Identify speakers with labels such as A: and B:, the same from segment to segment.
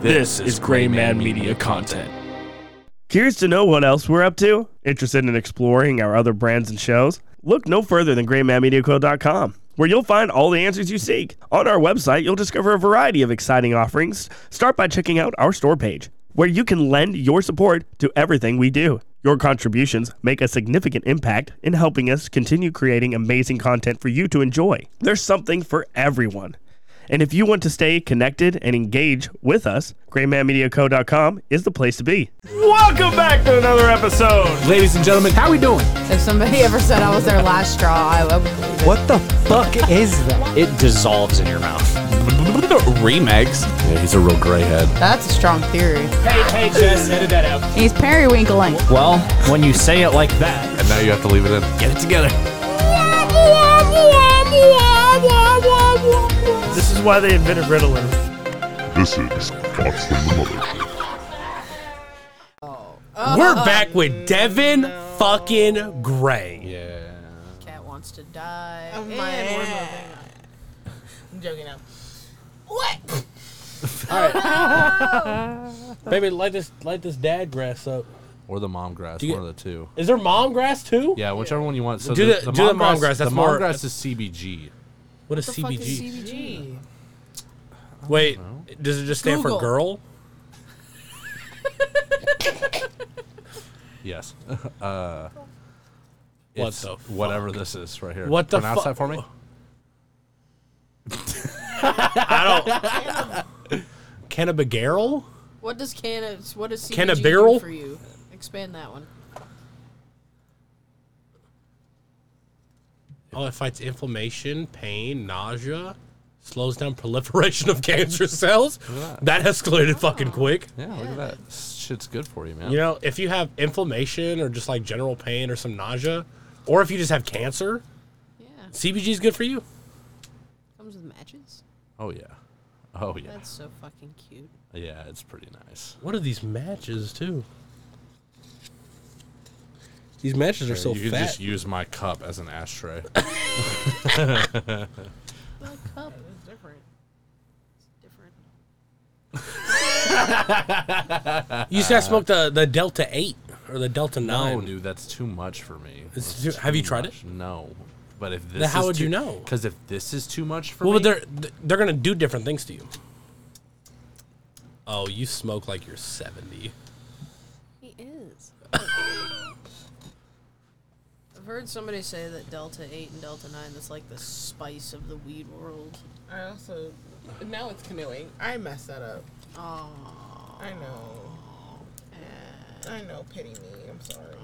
A: This is Gray Man Media content.
B: Curious to know what else we're up to? Interested in exploring our other brands and shows? Look no further than GrayMadMediaCo.com, where you'll find all the answers you seek. On our website, you'll discover a variety of exciting offerings. Start by checking out our store page, where you can lend your support to everything we do. Your contributions make a significant impact in helping us continue creating amazing content for you to enjoy. There's something for everyone. And if you want to stay connected and engage with us, GrayManMediaCo.com is the place to be. Welcome back to another episode.
C: Ladies and gentlemen, how we doing?
D: If somebody ever said I was their last straw, I would believe it.
C: What the fuck is that?
E: It dissolves in your mouth.
C: Remix. Yeah, he's a real grayhead.
D: That's a strong theory.
E: Hey, hey, Jess, edit that out.
D: He's periwinkling.
E: Well, when you say it like that,
F: And now you have to leave it in.
C: Get it together.
B: This is why they invented Ritalin.
G: This is Thoughts from the Mothership.
C: We're
H: Uh-huh.
C: back with Devin fucking Gray.
D: Cat wants to die. Oh my and we're moving on. I'm joking now. What?
I: Baby, light this light this dad grass up.
F: Or the mom grass,
I: you
F: one of the two.
I: Is there mom grass too?
F: Yeah, whichever one you want. So
C: Do
F: the,
C: the- do the mom grass,
F: The
C: that's
F: mom
C: more-
F: grass is CBG.
I: What is
D: Fuck is
I: CBG?
D: CBG.
C: Wait, does it just stand
D: Google.
C: for girl?
F: Yes.
I: What
F: It's
I: the
F: whatever this is right here.
I: What the
F: Pronounce
I: fu- Oh,
F: that for me.
C: Cannabigerol?
D: What does can what does CBG
C: Can a
D: do
C: barrel?
D: for you? Expand that one.
I: Oh, it fights inflammation, pain, nausea, slows down proliferation of cancer cells.
F: at
I: That
D: Ah.
I: escalated fucking quick.
F: Yeah, look at that. This shit's good for you, man.
I: You know, if you have inflammation or just like general pain or some nausea, or if you just have cancer,
D: Yeah.
I: CBG is good for you.
D: Comes with matches.
F: Oh yeah. Oh yeah.
D: That's so fucking cute.
F: Yeah, it's pretty nice.
I: What are these matches too? These matches are so
F: you
I: fat.
F: can just use my cup as an ashtray.
D: My cup is different. It's different.
I: You just gotta smoke the, the Delta 8 or the Delta 9.
F: no, Oh, dude, that's too much for me.
I: It's
F: That's
I: too- have you tried
F: much. No. But if this
I: how would you know?
F: Because if this is too much for
I: Well,
F: me,
I: but they're th- they're gonna do different things to you. Oh, you smoke like you're seventy.
D: He is. I've heard somebody say that Delta 8 and Delta 9 that's like the spice of the weed world.
J: I also now it's canoeing. I messed that up. Oh. I know. I know. Pity me. I'm sorry.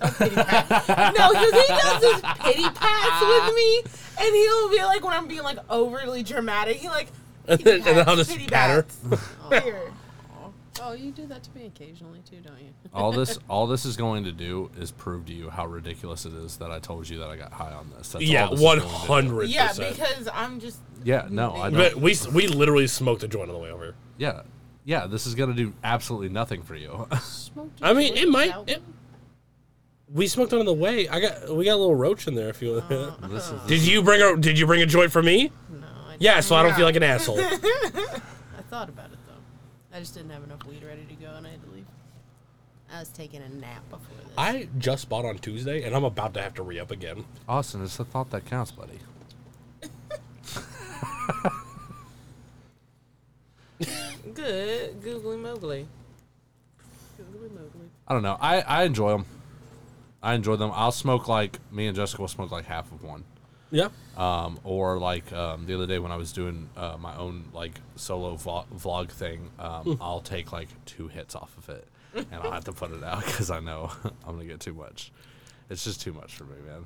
J: Don't pity Pat. no, because he does his pity pats with me, and he'll be like, when I'm being like overly dramatic, he like
I: And
J: pity
I: then- and then I'll
J: pats,
I: just
J: pity
I: patter.
J: pats. Here.
D: Oh, you do that to me occasionally too, don't you?
F: all this all this is going to do is prove to you how ridiculous it is that I told you that I got high on this. That's
I: yeah,
F: all this is
I: one
F: going to do.
I: hundred
J: Yeah,
I: percent.
J: because I'm just.
F: Yeah, no, I don't.
I: But we s- we literally smoked a joint on the way over. here.
F: yeah, yeah, this is gonna do absolutely nothing for you.
D: Smoked a
I: I mean,
D: joint
I: it might.
D: without
I: It,
D: one?
I: we smoked on the way. I got we got a little roach in there. If you
F: this is
I: did you bring a did you bring a joint for me?
D: No, I,
I: Yeah, so I don't feel like an asshole.
D: I thought about it though. I just didn't have enough weed ready to go and I had to leave. I was taking a nap before this.
I: I just bought on Tuesday, and I'm about to have to re up again.
F: Austin, it's the thought that counts, buddy.
J: Good. Googly Mowgli. Googly Mowgli.
F: I don't know. I I enjoy them. I enjoy them. I'll smoke like me and Jessica will smoke like half of one.
I: Yeah.
F: Um, or like um, the other day when I was doing uh, my own like solo vo- vlog thing, um, I'll take like two hits off of it, and I'll have to put it out because I know I'm gonna get too much. It's just too much for me, man.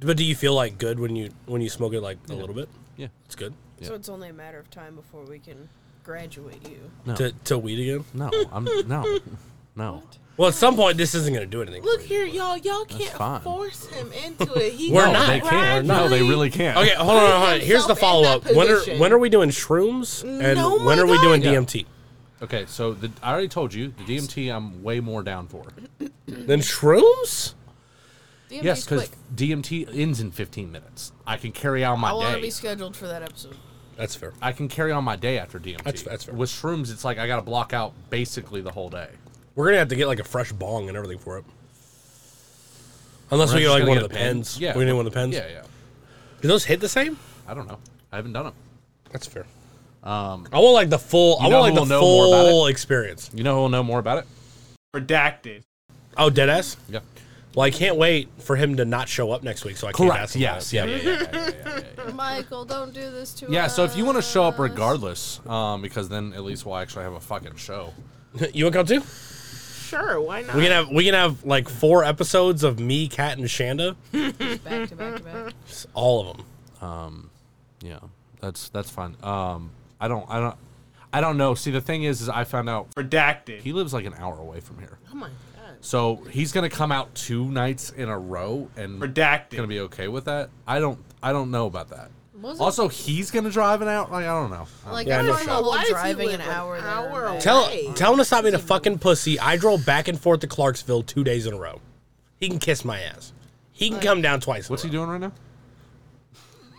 I: But do you feel like good when you when you smoke it like a little bit?
F: Yeah.
I: It's good.
D: so it's only a matter of time before we can graduate you.
F: No.
I: To to weed again.
F: No, I'm no, no.
I: Well, at some point, this isn't gonna do anything.
J: Look
I: for you.
J: here, y'all. Y'all can't
F: fine.
J: force him into it. He
I: We're
J: gotta
I: not.
F: They can't. No, they really can't.
I: Okay, hold on, hold on.
J: Put
I: Here's the
J: himself in
I: follow up.
J: that
I: When are
J: position.
I: when are we doing shrooms and
J: No, my
I: when are we
J: God.
I: doing
F: Yeah.
I: DMT?
F: Okay, so the, I already told you the DMT I'm way more down for.
I: Then shrooms?
D: DMT's
F: Yes, because
D: quick.
F: DMT ends in 15 minutes. I can carry out my
D: I want to
F: day.
D: be scheduled for that episode.
I: That's fair.
F: I can carry on my day after DMT.
I: That's- that's fair.
F: With shrooms, it's like I got to block out basically the whole day.
I: We're gonna have to get like a fresh bong and everything for it. Unless
F: We're
I: we get
F: just
I: like
F: gonna
I: one
F: get
I: of the
F: a pen.
I: pens.
F: Yeah.
I: We need one of the pens.
F: Yeah, yeah.
I: Do those hit the same?
F: I don't know. I haven't done them.
I: That's fair. Um, I want like the full. I
F: know
I: want like
F: who'll
I: the
F: know more about
I: full experience.
F: You know who'll know more about it?
K: Redacted.
I: Oh, dead ass.
F: Yeah.
I: Well, I can't wait for him to not show up next week, so I can't ask.
F: Correct.
I: him
F: Yes.
I: that.
F: Yeah. Yeah. Yeah. yeah, yeah, yeah, yeah, yeah.
D: Michael, don't do this to
F: Yeah,
D: us.
F: so if you want to show up regardless, um, because then at least we'll actually have a fucking show.
I: you want to come too?
L: Sure, why not?
I: We can have we can have like four episodes of me, Kat, and Shanda.
D: back to back to back.
I: It's All of them.
F: Yeah, that's that's fine. Um, I don't, I don't, I don't know. See, the thing is, is I found out
K: Redacted.
F: he lives like an hour away from here,
L: oh my god.
F: so he's gonna come out two nights in a row, and
K: Redacted.
F: gonna be okay with that. I don't, I don't know about that.
D: Was it-
F: Also, he's gonna drive an hour. Like I don't know.
D: Like,
I: Yeah,
D: I'm
I: no
D: not
I: shot.
L: Why does he
D: driving
L: live
D: an hour
L: an
D: there.
L: hour
D: back.
L: away?
I: Tell
L: Right.
I: tell him to stop being a fucking pussy. I drove back and forth to Clarksville two days in a row. He can kiss my ass. He can come down twice.
F: What's he doing right now?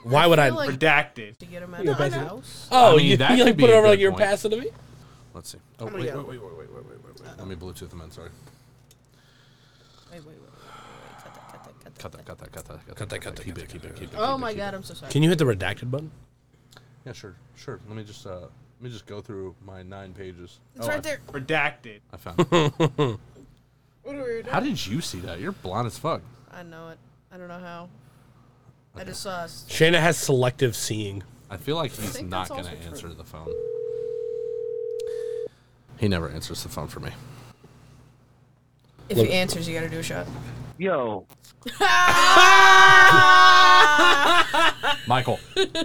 I: doing? Why would I?
D: feel like-
K: Redacted.
D: To get him out of the house.
I: oh,
F: I mean,
I: you,
F: that
I: you
F: could
I: like
F: be
I: put it
F: a
I: over
F: good
I: like you're
F: point.
I: passing to me?
F: Let's see. Oh
L: gonna
F: wait, wait,
L: go.
F: wait, wait, wait, wait, wait, wait, wait. Let me Bluetooth him in. Sorry.
D: Wait, wait, wait, wait, wait, wait. Cut that, cut that,
F: Cut that. Cut
D: cut that.
F: that. Cut that. Cut that. Cut that. Keep it. Keep it. Keep it.
D: Oh my god, I'm so sorry.
I: Can you hit the redacted button?
F: Yeah, sure, sure. Let me just uh, let me just go through my nine pages.
L: It's
F: Oh, I-
L: right there.
K: Redacted.
F: I found. it.
L: What are we doing?
F: How did you see that? You're blind as fuck.
D: I know it. I don't know how. I just saw. s-
I: Shayna has selective seeing.
F: I feel like he's
D: think
F: not
D: that's
F: gonna
D: also true.
F: answer the phone. He never answers the phone for me.
D: If he answers, you gotta do a shot.
J: Yo,
F: Michael,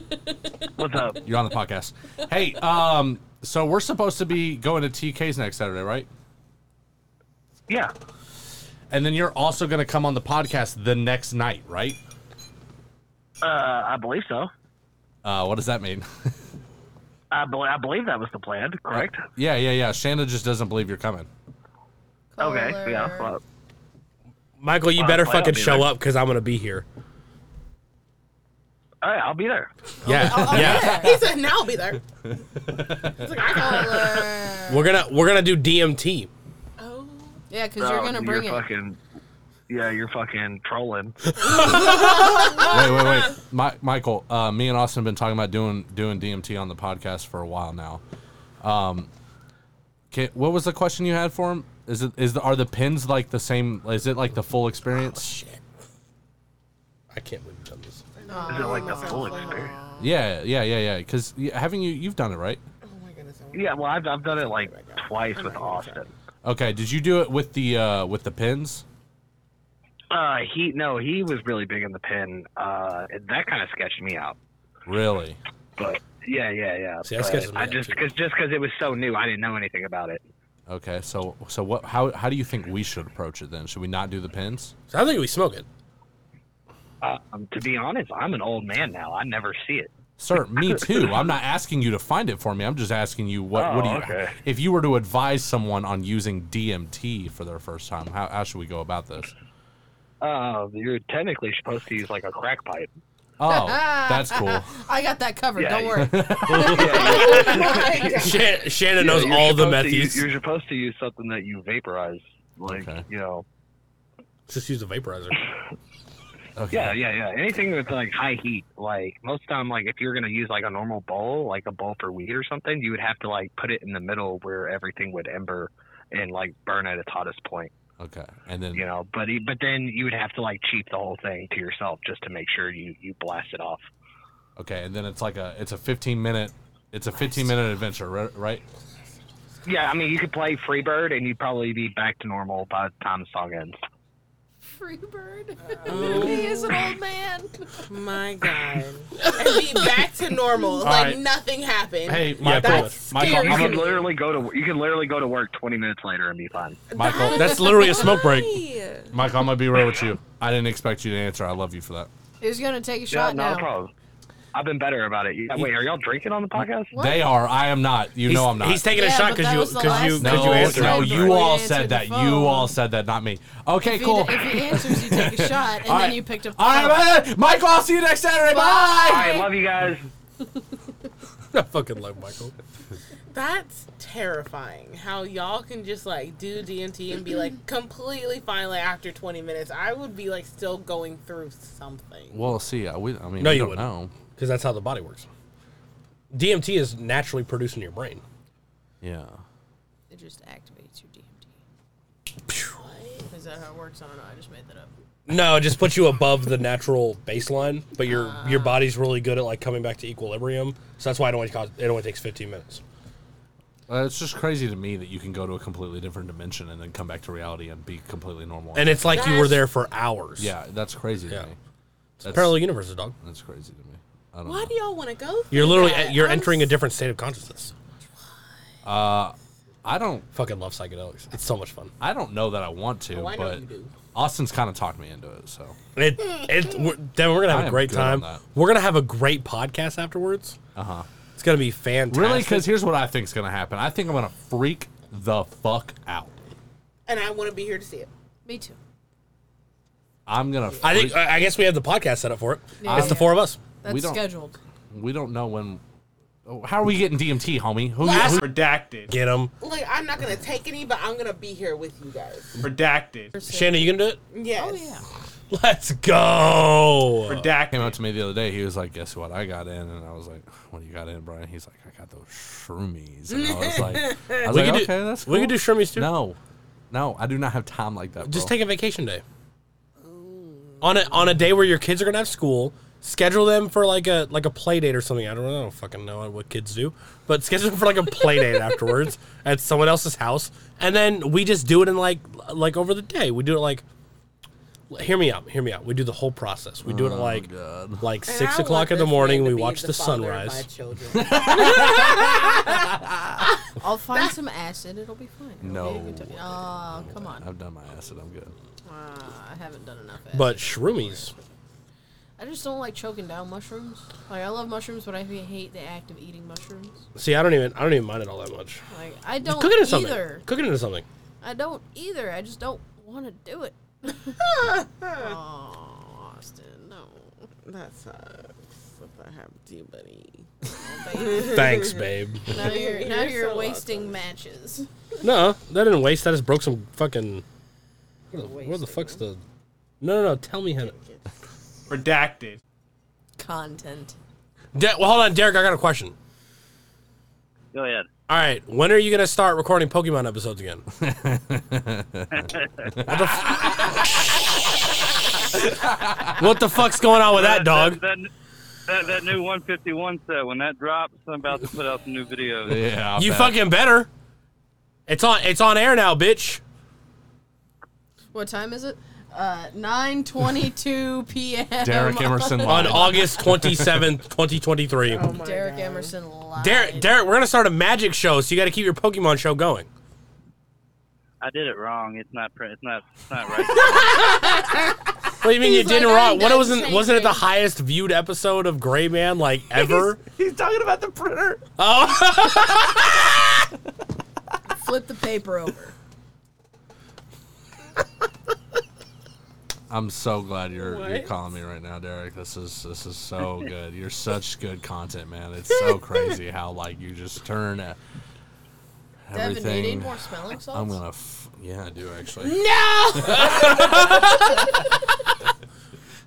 J: what's up?
F: you're on the podcast. Hey, um, so we're supposed to be going to TK's next Saturday, right?
J: Yeah,
F: And then you're also gonna come on the podcast the next night, right?
J: uh, I believe so.
F: Uh, what does that mean?
J: I, bel I believe that was the plan, correct?
F: yeah, yeah, yeah. Shanna just doesn't believe you're coming.
J: Okay,
D: Caller.
J: yeah. Well,
I: Michael, you
J: Well,
I: better
J: if I don't
I: fucking
J: be
I: show
J: there-
I: up because I'm gonna be here.
J: all right, I'll be there.
I: Yeah, yeah.
L: He said, "Now I'll be there."
D: Caller.
I: We're gonna we're gonna do DMT.
L: Oh,
D: Yeah, because you're
J: Oh,
D: gonna bring
J: you're
D: it.
J: fucking, yeah, you're fucking trolling.
F: wait, wait, wait, My, Michael. Uh, me and Austin have been talking about doing doing DMT on the podcast for a while now. Um, ca- what was the question you had for him? Is it is the, are the pins like the same? Is it like the full experience?
I: Oh, I can't believe you've done this.
J: Is it
D: Oh,
J: like the full experience?
F: yeah, yeah, yeah, yeah. Because haven't you you've done it right?
L: oh my goodness. I
J: Yeah, well, I've, I've done it
L: Oh
J: like twice with Austin.
F: Okay. Did you do it with the uh, with the pins?
J: Uh, he no, he was really big in the pin. Uh, and that kind of sketched me out.
F: Really?
J: But yeah, yeah, yeah.
I: See, that
J: but
I: sketches me
J: I
I: out,
J: just
I: too.
J: because just because it was so new, I didn't know anything about it.
F: Okay. So so what? How how do you think we should approach it then? Should we not do the pins?
I: So I think we smoke it.
J: Um, to be honest, I'm an old man now. I never see it.
F: Sir, me too. I'm not asking you to find it for me. I'm just asking you what what do
J: Oh,
F: you
J: okay.
F: if you were to advise someone on using DMT for their first time, how, how should we go about this?
J: Uh, you're technically supposed to use like a crack pipe.
F: Oh, that's cool.
D: I got that covered.
J: Yeah,
D: don't
J: you-
D: worry. Oh
I: Shan- Shannon knows
J: Yeah, you're
I: all the
J: supposed to use-
I: methies.
J: You're supposed to use something that you vaporize, like
F: Okay.
J: you know.
I: Just use the vaporizer.
F: Okay.
J: Yeah, yeah, yeah. Anything that's like high heat, like most time, like if you're gonna use like a normal bowl, like a bowl for weed or something, you would have to like put it in the middle where everything would ember and like burn at its hottest point,
F: Okay. And then
J: you know. But e- but then you would have to like cheap the whole thing to yourself just to make sure you you blast it off.
F: okay, and then it's like a it's a 15 minute it's a 15 minute adventure, ri- right?
J: Yeah, I mean you could play Freebird and you'd probably be back to normal by the time the song ends.
D: Freebird. he is an old man.
L: my god. and be back to normal, like
F: right.
L: nothing happened.
F: Hey, Michael,
L: That's
F: Michael,
L: scary.
J: You
F: I'm
J: could
F: a-
J: literally go to you could literally go to work 20 minutes later and be fine.
F: Michael,
I: That's literally a smoke break.
F: Michael, I'm going to be real with you. I didn't expect you to answer. I love you for that.
D: He's gonna take a
J: Yeah,
D: shot
J: not a
D: now.
J: problem. I've been better about it. Yeah, wait, are y'all drinking on the podcast?
F: They are. I am not. You know I'm not.
I: He's taking a
D: Yeah,
I: shot
D: but
I: because
D: that
I: you
D: was the
I: because you
D: last
I: because
F: no,
I: you
D: time.
I: answered.
F: no,
I: it.
D: it.
F: you all
D: Before you
F: said
D: answered
F: that.
D: the
F: You
D: phone.
F: all said that, not me. Okay,
D: If,
F: cool.
D: he, if he answers, you take a shot, and
F: All
D: then
F: right.
D: you picked up. The
F: All right,
D: phone.
F: bye. Michael, I'll see you next Saturday. Bye.
J: I love you guys.
I: I fucking love Michael.
J: That's terrifying. How y'all can just like do DMT and be like completely fine. Like after twenty minutes, I would be like still going through something.
F: Well, see, I, we, I mean,
I: no,
F: we
I: you
F: don't
I: wouldn't.
F: know.
I: Because that's how the body works. DMT is naturally produced in your brain.
F: Yeah.
D: It just activates your DMT. Is that how it works? I don't know. I just made that up.
I: No, it just puts you above the natural baseline, but your your body's really good at like coming back to equilibrium. So that's why it only costs, it only takes 15 minutes.
F: Uh, it's just crazy to me that you can go to a completely different dimension and then come back to reality and be completely normal.
I: And it's like you were there for hours.
F: Yeah, that's crazy to me.
I: It's parallel universes, dog.
F: That's crazy to me. I don't
J: Why do y'all want to go?
I: You're
J: through
I: literally
J: that?
I: you're
J: I'm
I: entering a different state of consciousness.
F: know. Uh, I don't
I: fucking love psychedelics. It's so much fun.
F: I don't know that I want to,
J: Oh, I know
F: but
J: you do.
F: Austin's kind of talked me into it. So
I: It it we're, Devin, we're gonna
F: I
I: have a
F: am
I: great
F: good on
I: time. Uh-huh.
F: that.
I: We're gonna have a great podcast afterwards.
F: uh huh.
I: It's gonna be fantastic.
F: Really? Because here's what I think's gonna happen. I think I'm gonna freak the fuck out.
J: and I want to be here to see it.
D: Me too.
F: I'm gonna. Freak,
I: I think I I guess we have the podcast set up for it.
D: Yeah.
I: It's the four of us.
D: That's
F: We don't-
D: scheduled.
F: we don't know when. oh, How are we getting DMT, homie? Who,
J: Last-
M: Redacted.
I: Get him.
J: Like I'm not gonna take any, but I'm gonna be here with you guys.
M: Redacted.
I: Shannon, you gonna do
J: Yes.
I: it? Let's go.
M: Redacted.
F: Came up to me the other day. He was like, "Guess what? I got in." And I was like, "What do you got in, Brian?" He's like, "I got those shroomies." And I was like, I was
I: We
F: like,
I: could do-
F: "Okay, that's
I: we
F: cool."
I: could do shroomies too.
F: No, no, I do not have time like that.
I: Just
F: bro.
I: take a vacation day. On a on a day where your kids are gonna have school, schedule them for like a like a play date or something. I don't know, I don't fucking know what kids do, but schedule them for like a play date afterwards at someone else's house, and then we just do it in like like over the day. We do it like. Hear me out. Hear me out. We do the whole process. We do it at like like
J: And I
I: six
J: want
I: o'clock in the
J: this
I: morning.
J: man to
I: We
J: be
I: watch the,
J: father of
I: sunrise.
J: my children.
D: I'll find some acid. It'll be fine. It'll Be a
F: No,
D: good time. Oh, come on.
F: I've done my acid. I'm good.
D: Ah, I haven't done enough acid.
I: But shroomies.
D: I just don't like choking down mushrooms. Like I love mushrooms, but I hate the act of eating mushrooms.
I: See, I don't even I don't even mind it all that much.
D: Like I
I: Just
D: don't
I: cook it into something.
D: either.
I: Cook it into something.
D: I don't either. I just don't want to do it. oh, Austin, no.
J: That sucks. If I have to, buddy.
I: Thanks, babe.
D: Now you're now
J: You're
D: you're,
J: so
D: wasting matches.
I: No, that didn't waste. I just broke some fucking. Where the, where the fuck's the? No, no, no. Tell me how. To...
M: Redacted.
D: Content.
I: De- well, hold on, Derek. I got a question.
H: Go ahead.
I: All right, when are you gonna start recording Pokemon episodes again? what the fuck's going on with that dog?
H: That, that, that new 151 set, when that drops, I'm about to put out some new videos.
I: you fucking better. It's on. It's on air now, bitch.
D: What time is it? Uh, nine twenty-two p.m.
I: on August twenty seventh, twenty twenty three.
D: Derek Emerson live.
I: Derek, Derek, we're gonna start a magic show, so you got to keep your Pokemon show going.
H: I did it wrong. It's not. print. It's not. It's not right.
I: What do you mean
H: He's
I: you didn't
H: like,
I: wrong?
H: I'm
I: What
H: done
I: wasn't wasn't it the highest viewed episode of Gray Man like ever?
M: He's talking about the printer.
I: oh,
D: Flip the paper over.
F: I'm so glad you're you're
D: What?
F: calling me right now, Derek. This is this is so good. You're such good content, man. It's so crazy how like you just turn uh,
D: Devin, you
F: everything.
D: need more smelling salts?
F: I'm gonna. F- yeah, I do actually.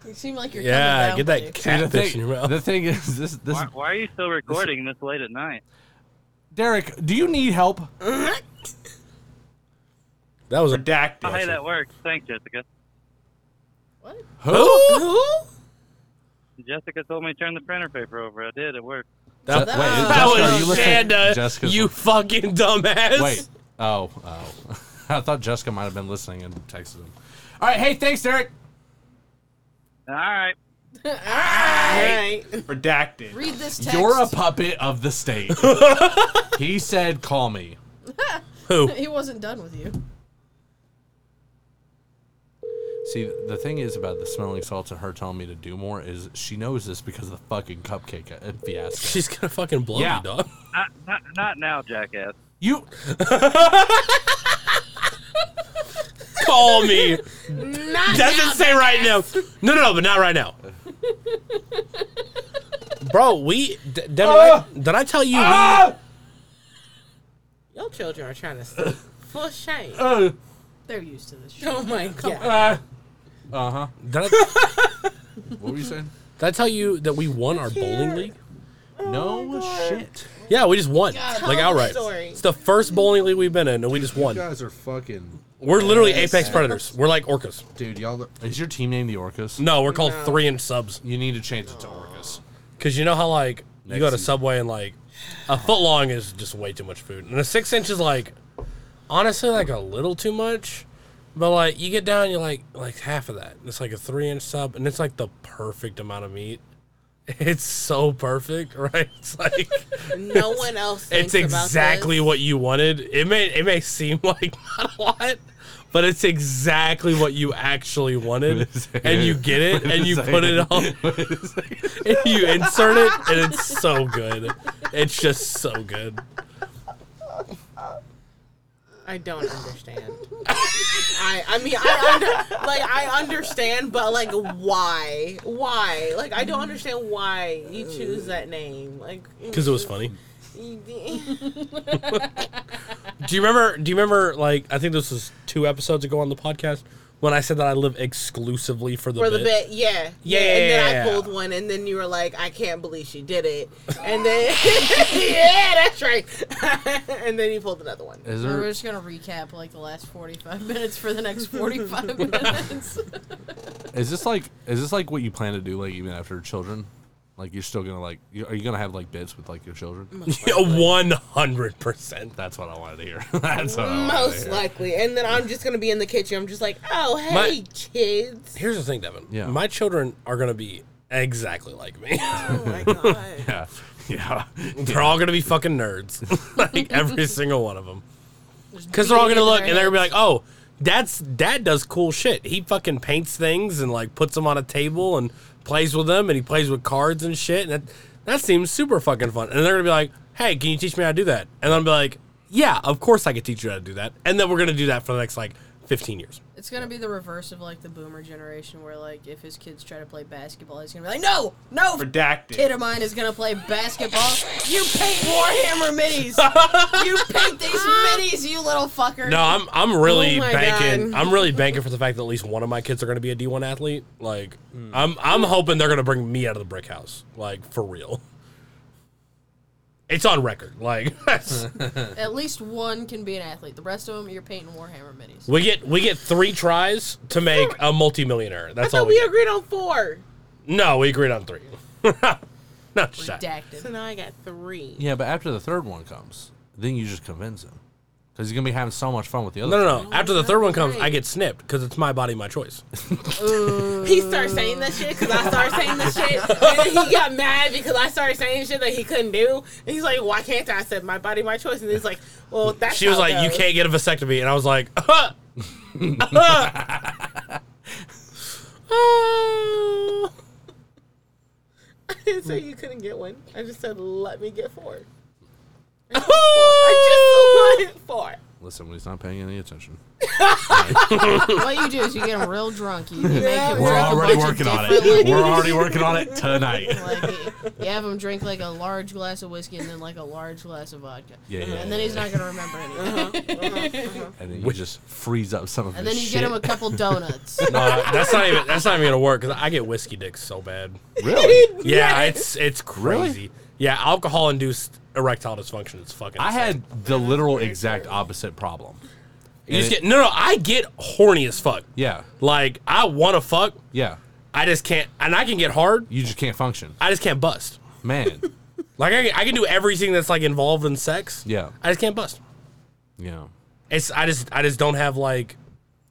D: You seem like you're
I: Yeah, get
D: coming down
I: that
D: with it.
I: catfish in your mouth.
F: The thing is, this this
H: why, why are you still recording this late at night?
F: Derek, do you need help?
I: That was
M: redacted.
H: Oh, hey, that works. Thanks, Jessica.
I: Who?
H: Jessica told me to turn the printer paper over. I did. It worked.
I: That,
F: Wait,
I: that
F: Jessica, are you
I: was
F: listening-
I: Shanda.
F: Jessica's-
I: you fucking dumbass.
F: Wait. Oh, oh. I thought Jessica might have been listening and texted him. All right. Hey, thanks, Derek.
H: All right.
M: Redacted.
D: Read this text.
F: You're a puppet of the state. he said, "Call me."
I: Who?
D: he wasn't done with you.
F: See, the thing is about the smelling salts and her telling me to do more is she knows this because of the fucking cupcake uh, fiasco.
I: She's gonna fucking blow
F: Yeah.
I: me, dog.
H: Not, not, not now, jackass.
F: You
I: Call me. Doesn't say right now. No, no, no, but not right now. Bro, we. D- Devin,
J: Ah!
I: I, did I tell you?
J: Ah! Your children are trying to sleep. For shame.
I: Oh.
D: They're used to this shit.
J: oh my
D: Come
J: god.
D: on.
I: Uh huh. Did I,
F: what were you saying?
I: Did I tell you that we won our bowling league?
F: no shit.
I: Yeah, we just won.
F: God,
I: like
F: tell
I: outright.
F: the story.
I: It's the first bowling league we've been in, and we just
F: You
I: won.
F: guys are fucking.
I: We're literally
F: Yes.
I: apex predators. We're like orcas.
F: Dude, y'all. Is your team name the Orcas?
I: No, we're called three and subs.
F: You need to change it to Orcas.
I: Because you know how like you
F: Next
I: go to
F: season.
I: Subway and like a foot long is just way too much food, and a six inch is like honestly like a little too much. But like you get down, you're like like half of that. It's like a three inch sub, and it's like the perfect amount of meat. It's so perfect, right? It's like
J: No one else
I: it's
J: thinks about
I: exactly what you wanted. It may it may seem like not a lot, but it's exactly what you actually wanted, and you get it,
F: Wait a
I: and you put it
F: second.
I: on, and you insert it, and it's so good. It's just so good.
J: I don't understand. I I mean I under, like I understand, but like why? Why? Like I don't understand why you choose that name. Like mm,
I: Because it was funny.
J: funny.
I: Do you remember? Do you remember? Like I think this was two episodes ago on the podcast when I said that I live exclusively for the
J: for
I: bit.
J: the bit, yeah,
I: Yeah,
J: And then
I: yeah,
J: I
I: yeah.
J: pulled one, and then you were like, "I can't believe she did it," and then yeah, that's right. and then you pulled another one.
F: Is
D: We're
F: there?
D: just gonna recap like the last forty-five minutes for the next forty-five minutes.
F: Is this like? Is this like what you plan to do? Like even after children, like you're still gonna like? You, are you gonna have like bits with like your children?
I: One hundred percent.
F: That's what I wanted to hear. That's what I wanted to
J: Most
F: hear.
J: likely, and then I'm just gonna be in the kitchen. I'm just like, "Oh, hey,
I: My-
J: kids."
I: Here's the thing, Devin. Yeah. My children are gonna be exactly like me. Oh
J: my god.
I: yeah. Yeah. They're all gonna be fucking nerds. like every single one of them. Because they're all gonna look and they're gonna be like, "Oh, that's dad does cool shit. He fucking paints things and like puts them on a table and plays with them and he plays with cards and shit. And that that seems super fucking fun." And they're gonna be like, "Hey, can you teach me how to do that?" And I'm be like, "Yeah, of course I could teach you how to do that." And then we're gonna do that for the next like 15 years.
D: It's gonna be the reverse of like the boomer generation, where like if his kids try to play basketball, he's gonna be like, "No, no,
M: Redacted.
D: kid of mine is gonna play basketball. You paint Warhammer minis. you paint these minis, you little fucker."
I: No, I'm I'm really
D: Oh my
I: banking.
D: God.
I: I'm really banking for the fact that at least one of my kids are going to be a D1 athlete. Like I'm I'm hoping they're going to bring me out of the brick house. Like for real. It's on record. Like that's-
D: At least one can be an athlete. The rest of them, you're painting Warhammer minis.
I: we get we get 3 tries to make a multimillionaire. That's
J: I
I: all
J: thought
I: we,
J: we
I: get.
J: agreed on four.
I: No, we agreed on 3. no, shut.
J: So now I got three.
F: Yeah, but after the third one comes, then you just convince him because he's gonna be having so much fun with the
I: No,
F: other.
I: no, no. After the third one comes,
J: right.
I: I get snipped cuz it's my body, my choice.
J: He started saying that shit because I started saying that shit, and then he got mad because I started saying shit that he couldn't do. And he's like, "Why can't I?" I said, "My body, my choice." And he's like, "Well, that's."
I: she was
J: how it
I: like, "You
J: goes."
I: can't get a vasectomy," and I was like, "Uh-huh." Uh-huh. Oh.
J: I didn't say you couldn't get one. I just said, "Let me get four. I just- I just wanted four.
F: Listen, when he's not paying any attention.
D: what you do is you get them real drunk. You, you make them
F: We're
D: drink a
F: already
D: bunch of
F: working on
D: different,
F: it.
D: like-
F: We're already working on it tonight.
D: You have him drink like a large glass of whiskey and then like a large glass of vodka.
F: Yeah, yeah,
D: And then he's not gonna remember anything.
F: And then you just freeze up some of
D: and
F: his
D: then you
F: shit.
D: get him a couple donuts.
I: No, that's not even that's not even gonna work because I get whiskey dicks so bad.
F: Really?
I: Yeah, it's it's
F: Really?
I: crazy. Yeah, alcohol induced erectile dysfunction is fucking.
F: I
I: insane.
F: had the literal exact opposite problem.
I: you just
F: and
I: get no no. I get horny as fuck.
F: Yeah.
I: Like I want to fuck.
F: Yeah.
I: I just can't, and I can get hard.
F: You just can't function.
I: I just can't bust.
F: Man.
I: Like I, can- I can do everything that's like involved in sex.
F: Yeah.
I: I just can't bust.
F: Yeah.
I: It's I just I just don't have like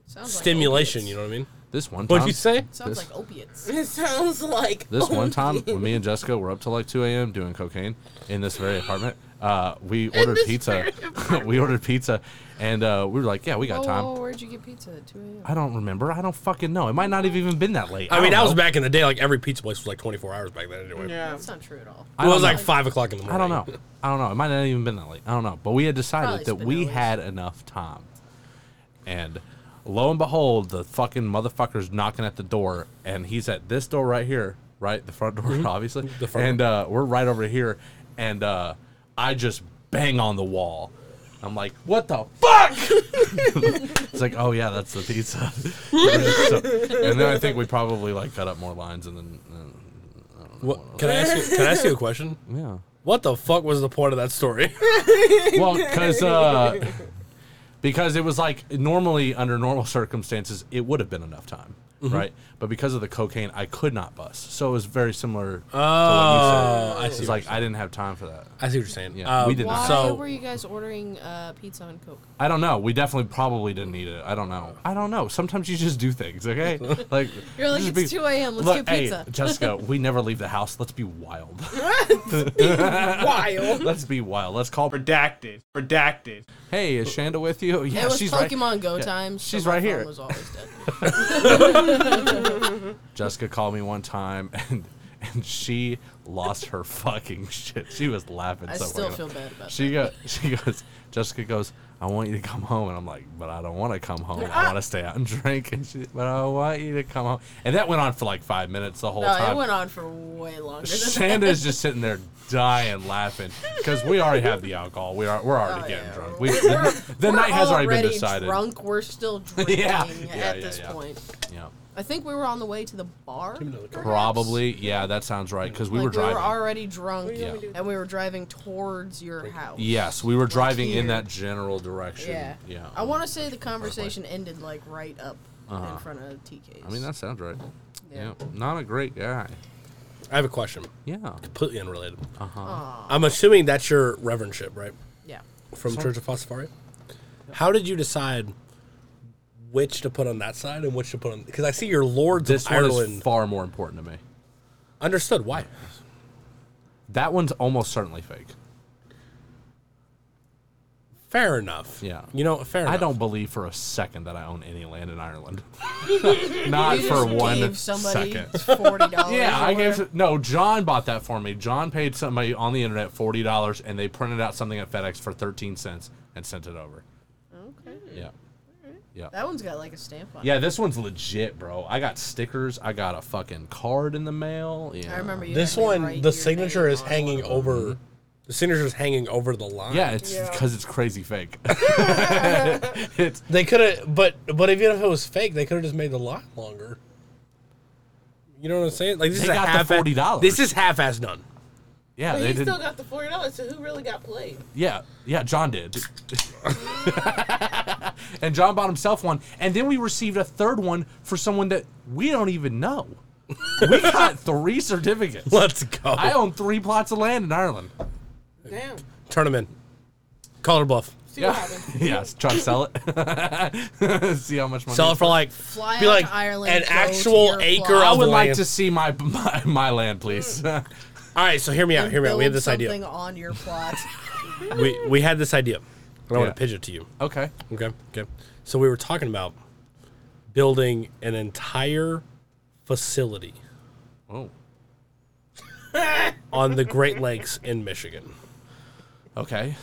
D: Sounds like
I: stimulation. you know what I mean?
F: This one
I: What'd
F: time-
I: you say?
D: Sounds
F: This-
D: like opiates.
J: It sounds like
F: This one time, when me and Jessica were up till like 2 a.m. doing cocaine in this very apartment, uh, we ordered
D: this
F: pizza. we ordered pizza, and uh, we were like, "Yeah, we got
D: Whoa,
F: time."
D: whoa, Oh, where'd you get pizza at 2 a.m.?
F: I don't remember. I don't fucking know. It might not have even been that late.
I: I, mean,
F: don't
I: that was
F: know.
I: back in the day. Like every pizza place was like twenty four hours back then. Anyway.
D: That's not true at all.
F: I
I: It was
F: don't
I: like
F: know.
I: five o'clock in the
F: I
I: morning.
F: don't know. I don't know. It might not have even been that late. I don't know. But we had decided
D: Probably
F: that we
D: Spinelli's.
F: had enough time. And lo and behold, the fucking motherfucker's knocking at the door, and he's at this door right here, right? The front door,
H: Mhm.
F: obviously.
H: The front
F: and uh, we're right over here, and uh, I just bang on the wall. I'm like, what the fuck? it's like, oh yeah, that's the pizza. So- and then I think we probably like cut up more lines, and then
I: What, can I ask you? Can I ask you a question?
F: Yeah.
I: What the fuck was the point of that story?
F: well, because uh, because it was like normally under normal circumstances it would have been enough time,
I: Mhm.
F: right? But because of the cocaine, I could not bust, so it was very similar. Oh,
I: Oh, I see what
F: It's
I: you're
F: like I didn't have time for that.
I: I see what you're saying.
F: Yeah,
I: Uh,
F: we did
D: Why
F: not.
D: were you guys ordering uh, pizza and Coke?
F: I don't know. We definitely probably didn't need it. I don't know. I don't know. Sometimes you just do things, okay? Like
D: You're like,
F: just
D: "It's 2 a.m., let's
F: Look,
D: get pizza."
F: Hey, Jessica, we never leave the house. Let's be wild.
D: wild.
F: Let's be wild. Let's call
M: redacted. Redacted.
F: Hey, is Shanda with you? Yeah,
D: it was
F: she's right.
D: Pokemon Go
F: Yeah.
D: time. so
F: She's
D: my
F: right here.
D: phone Was always dead.
F: Jessica called me one time and and she lost her fucking shit. She was laughing
D: I
F: so
D: still
F: much.
D: feel bad about
F: she go, she goes Jessica goes, I want you to come home and I'm like, But I don't want to come home. I want to stay out and drink and she but I want you to come home. And that went on for like five minutes the whole
D: no,
F: time.
D: it went on for way longer. Than
F: Shanda
D: that.
F: is just sitting there dying laughing because we already have the alcohol. We are we're already getting drunk. We, the the
D: Oh, We're
F: night has already been
D: already
F: decided.
D: Drunk, we're still drinking
F: Yeah,
D: at
F: yeah, yeah,
D: this
F: yeah.
D: point.
F: Yeah.
D: I think we were on the way to the bar.
F: Probably, yeah, that sounds right because we
D: Like,
F: were driving.
D: We were already drunk,
F: Yeah.
D: and we were driving towards your house.
F: Yes, we were
D: Like
F: driving
D: here.
F: in that general direction.
D: Yeah.
F: Yeah.
D: I want to say the conversation ended like right up
F: Uh-huh.
D: in front of TK's.
F: I mean, that sounds right.
D: Yeah.
F: Yeah. Not a great guy.
I: I have a question.
F: Yeah.
I: Completely unrelated. Uh
F: Uh-huh.
D: Aw.
I: I'm assuming that's your reverendship, right?
D: Yeah.
I: From
D: Sorry.
I: Church of Pastafari. How did you decide which to put on that side and which to put on? Because I see your Lords
F: This
I: of
F: one
I: Ireland.
F: is far more important to me.
I: Understood. Why?
F: That one's almost certainly fake.
I: Fair enough.
F: Yeah.
I: You know, fair
F: I
I: enough.
F: don't believe for a second that I own any land in Ireland. Not
D: You
F: for
D: just
F: one
D: gave somebody
F: second.
D: $40
F: yeah, I
D: or
F: gave no. John bought that for me. John paid somebody on the internet forty dollars, and they printed out something at FedEx for thirteen cents and sent it over.
D: Okay.
F: Yeah, yeah.
D: That one's got like a stamp on it.
F: Yeah, this one's legit, bro. I got stickers. I got a fucking card in the mail. Yeah.
D: remember you
I: This
D: had to
I: one,
D: write
I: the
D: your
I: signature
D: name
I: is
D: on
I: hanging
D: one.
I: over. The signature is hanging over the line.
F: Mm-hmm. Yeah, it's because it's crazy fake. it's
I: they could have, but but even if it was fake, they could have just made the line longer. You know what I'm saying? Like this
F: They
I: is a
F: got the
I: half
F: $40.
I: This is half ass done.
F: Yeah,
J: but
F: they
J: he
F: did.
J: still
F: not
J: got the forty dollars. So who really got played?
F: Yeah, yeah, John did. and John bought himself one, and then we received a third one for someone that we don't even know. we got three certificates.
I: Let's go.
F: I own three plots of land in Ireland.
J: Damn.
I: Turn them in. Call her bluff.
J: See what happens.
F: yeah, try to sell it. see how much money.
I: Sell it for like
D: Fly
I: be
D: out
I: like
D: to Ireland,
I: an
D: go to
I: actual
D: your
I: acre
D: plot.
I: of
F: I would like
I: land.
F: to see my my, my land, please. All
I: right, so hear me out. Hear me out. We had
D: Build
I: this
D: something
I: idea.
D: on your plot.
I: We we had this idea. And I
F: Yeah.
I: want to pitch it to you.
F: Okay.
I: Okay. Okay. So we were talking about building an entire facility
F: Oh.
I: on the Great Lakes in Michigan.
F: Okay.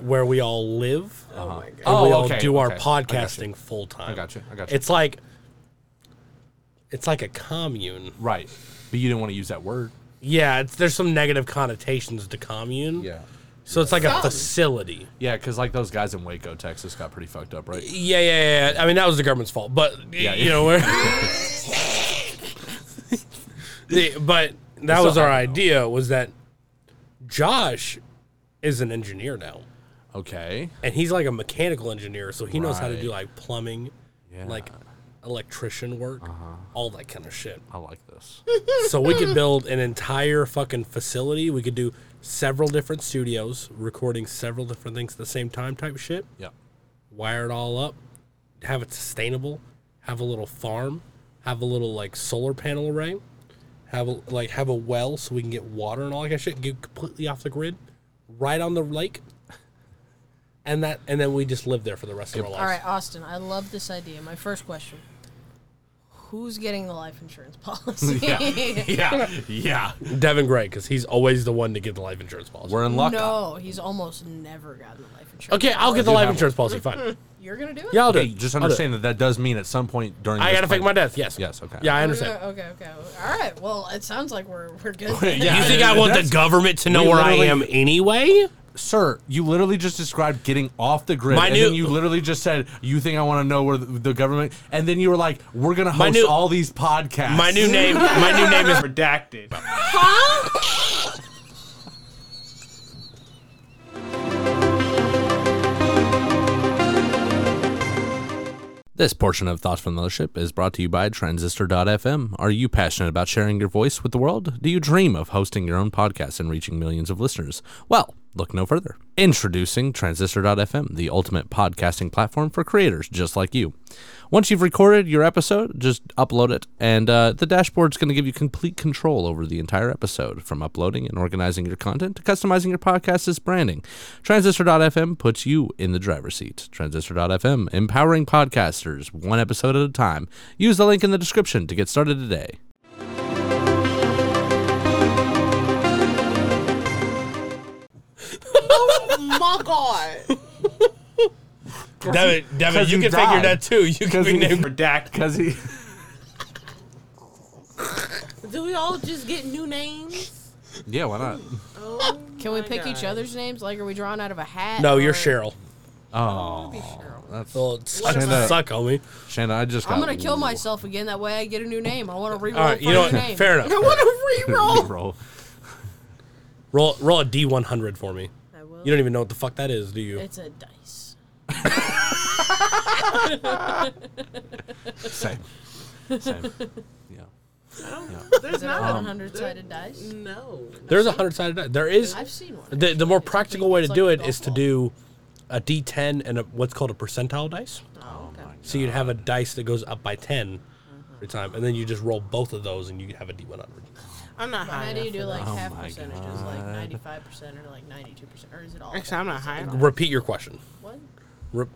I: Where we all live.
F: Uh-huh.
I: and
F: Oh,
I: we all
F: okay,
I: do our
F: okay. I got you.
I: podcasting full time.
F: I got you, I got you.
I: It's like it's like a commune.
F: Right. But you didn't want to use that word.
I: Yeah, it's, there's some negative connotations to commune. Yeah. So it's like a
F: Some.
I: facility.
F: Yeah, because like those guys in Waco, Texas, got pretty fucked up, right?
I: Yeah, yeah, yeah, yeah. I mean, that was the government's fault, but
F: Yeah,
I: you
F: yeah.
I: know, we're, the, but that
F: So,
I: was our
F: I don't know.
I: idea was that Josh is an engineer now.
F: Okay.
I: And he's like a mechanical engineer, so he knows how to do
F: Right.
I: like plumbing, like electrician work, all that kind of shit.
F: I like this.
I: so we could build an entire fucking facility. We could do several different studios, recording several different things at the same time type shit.
F: Yeah.
I: Wire it all up, have it sustainable, have a little farm, have a little like solar panel array, have a, like have a well so we can get water and all that kind of shit, get completely off the grid, right on the lake. And that and then we just live there for the rest of our lives.
D: All right, Austin, I love this idea. My first question who's getting the life insurance policy?
I: yeah. Devin Gray, because he's always the one to get the life insurance policy.
F: We're
D: No, he's almost never gotten the life insurance.
I: Okay, I'll get the
F: do
I: life
F: have
I: insurance
F: one.
I: policy. Fine.
D: You're gonna do it.
I: Yeah, I'll do
F: Okay,
I: it.
F: Just
I: I'll do it.
F: understand that that does mean at some point during.
I: I
F: this
I: gotta fake
F: plan-
I: my death. Yes.
F: Yes. Okay.
I: Yeah, I understand.
D: Okay, okay. okay. All right. Well, it sounds like we're we're good.
I: You think I want the government to know
F: We
I: where I
F: literally-
I: am anyway?
F: Sir, you literally just described getting off the grid,
I: My
F: and
I: new-
F: then you literally just said you think I want to know where the, the government, and then you were like, "We're gonna
I: My
F: host
I: new-
F: all these podcasts."
I: my new name- my new name is-
M: redacted.
F: This portion of Thoughts from the Mothership is brought to you by Transistor.fm. Are you passionate about sharing your voice with the world? Do you dream of hosting your own podcast and reaching millions of listeners? Well, look no further. Introducing Transistor.fm, the ultimate podcasting platform for creators just like you. Once you've recorded your episode, just upload it, and uh, the dashboard's going to give you complete control over the entire episode, from uploading and organizing your content to customizing your podcast's branding. Transistor.fm puts you in the driver's seat. Transistor.fm, empowering podcasters one episode at a time. Use the link in the description to get started today.
J: oh my god.
I: Devin, Devin, you can figure that too. You can be named
M: redacted.
F: Because he.
J: Do we all just get new names?
F: Yeah, why not?
J: Oh,
D: Can we
J: my
D: pick
J: God.
D: each other's names? Like, are we drawn out of a hat?
I: No, you're
D: or-
I: Cheryl.
F: Oh. That's
I: well,
D: What am
I: Shanda,
D: I-
I: suck, homie.
F: Shanda, I just got.
D: I'm gonna kill myself again. That way, I get a new name. I want to reroll.
I: All right, you know what?
D: for a Name.
I: Fair enough.
D: I want to reroll.
F: Roll.
I: Roll, roll a D100 for me.
D: I will.
I: You don't even know what the fuck that is, do you?
D: It's a dice.
F: Same. Same. Yeah.
D: There's not
J: not
D: a
J: Um,
D: hundred sided dice.
J: No.
I: There's a hundred sided die. There is.
D: I've seen one.
I: The, the more practical way to
D: It's
I: do
D: like
I: it
D: a
I: is
D: golf
I: to do a D10 and a, what's called a percentile dice.
D: Oh, okay. Uh-huh.
I: So you'd have a dice that goes up by 10 every time, and then you just roll both of those, and you have a D100.
J: I'm not high.
D: How do you
J: enough
D: do
J: for
D: like
J: that.
D: half percentages, like ninety five percent or like ninety two percent, or is it all?
J: Actually, I'm not high. enough.
I: Repeat your question.
D: What?
I: Re-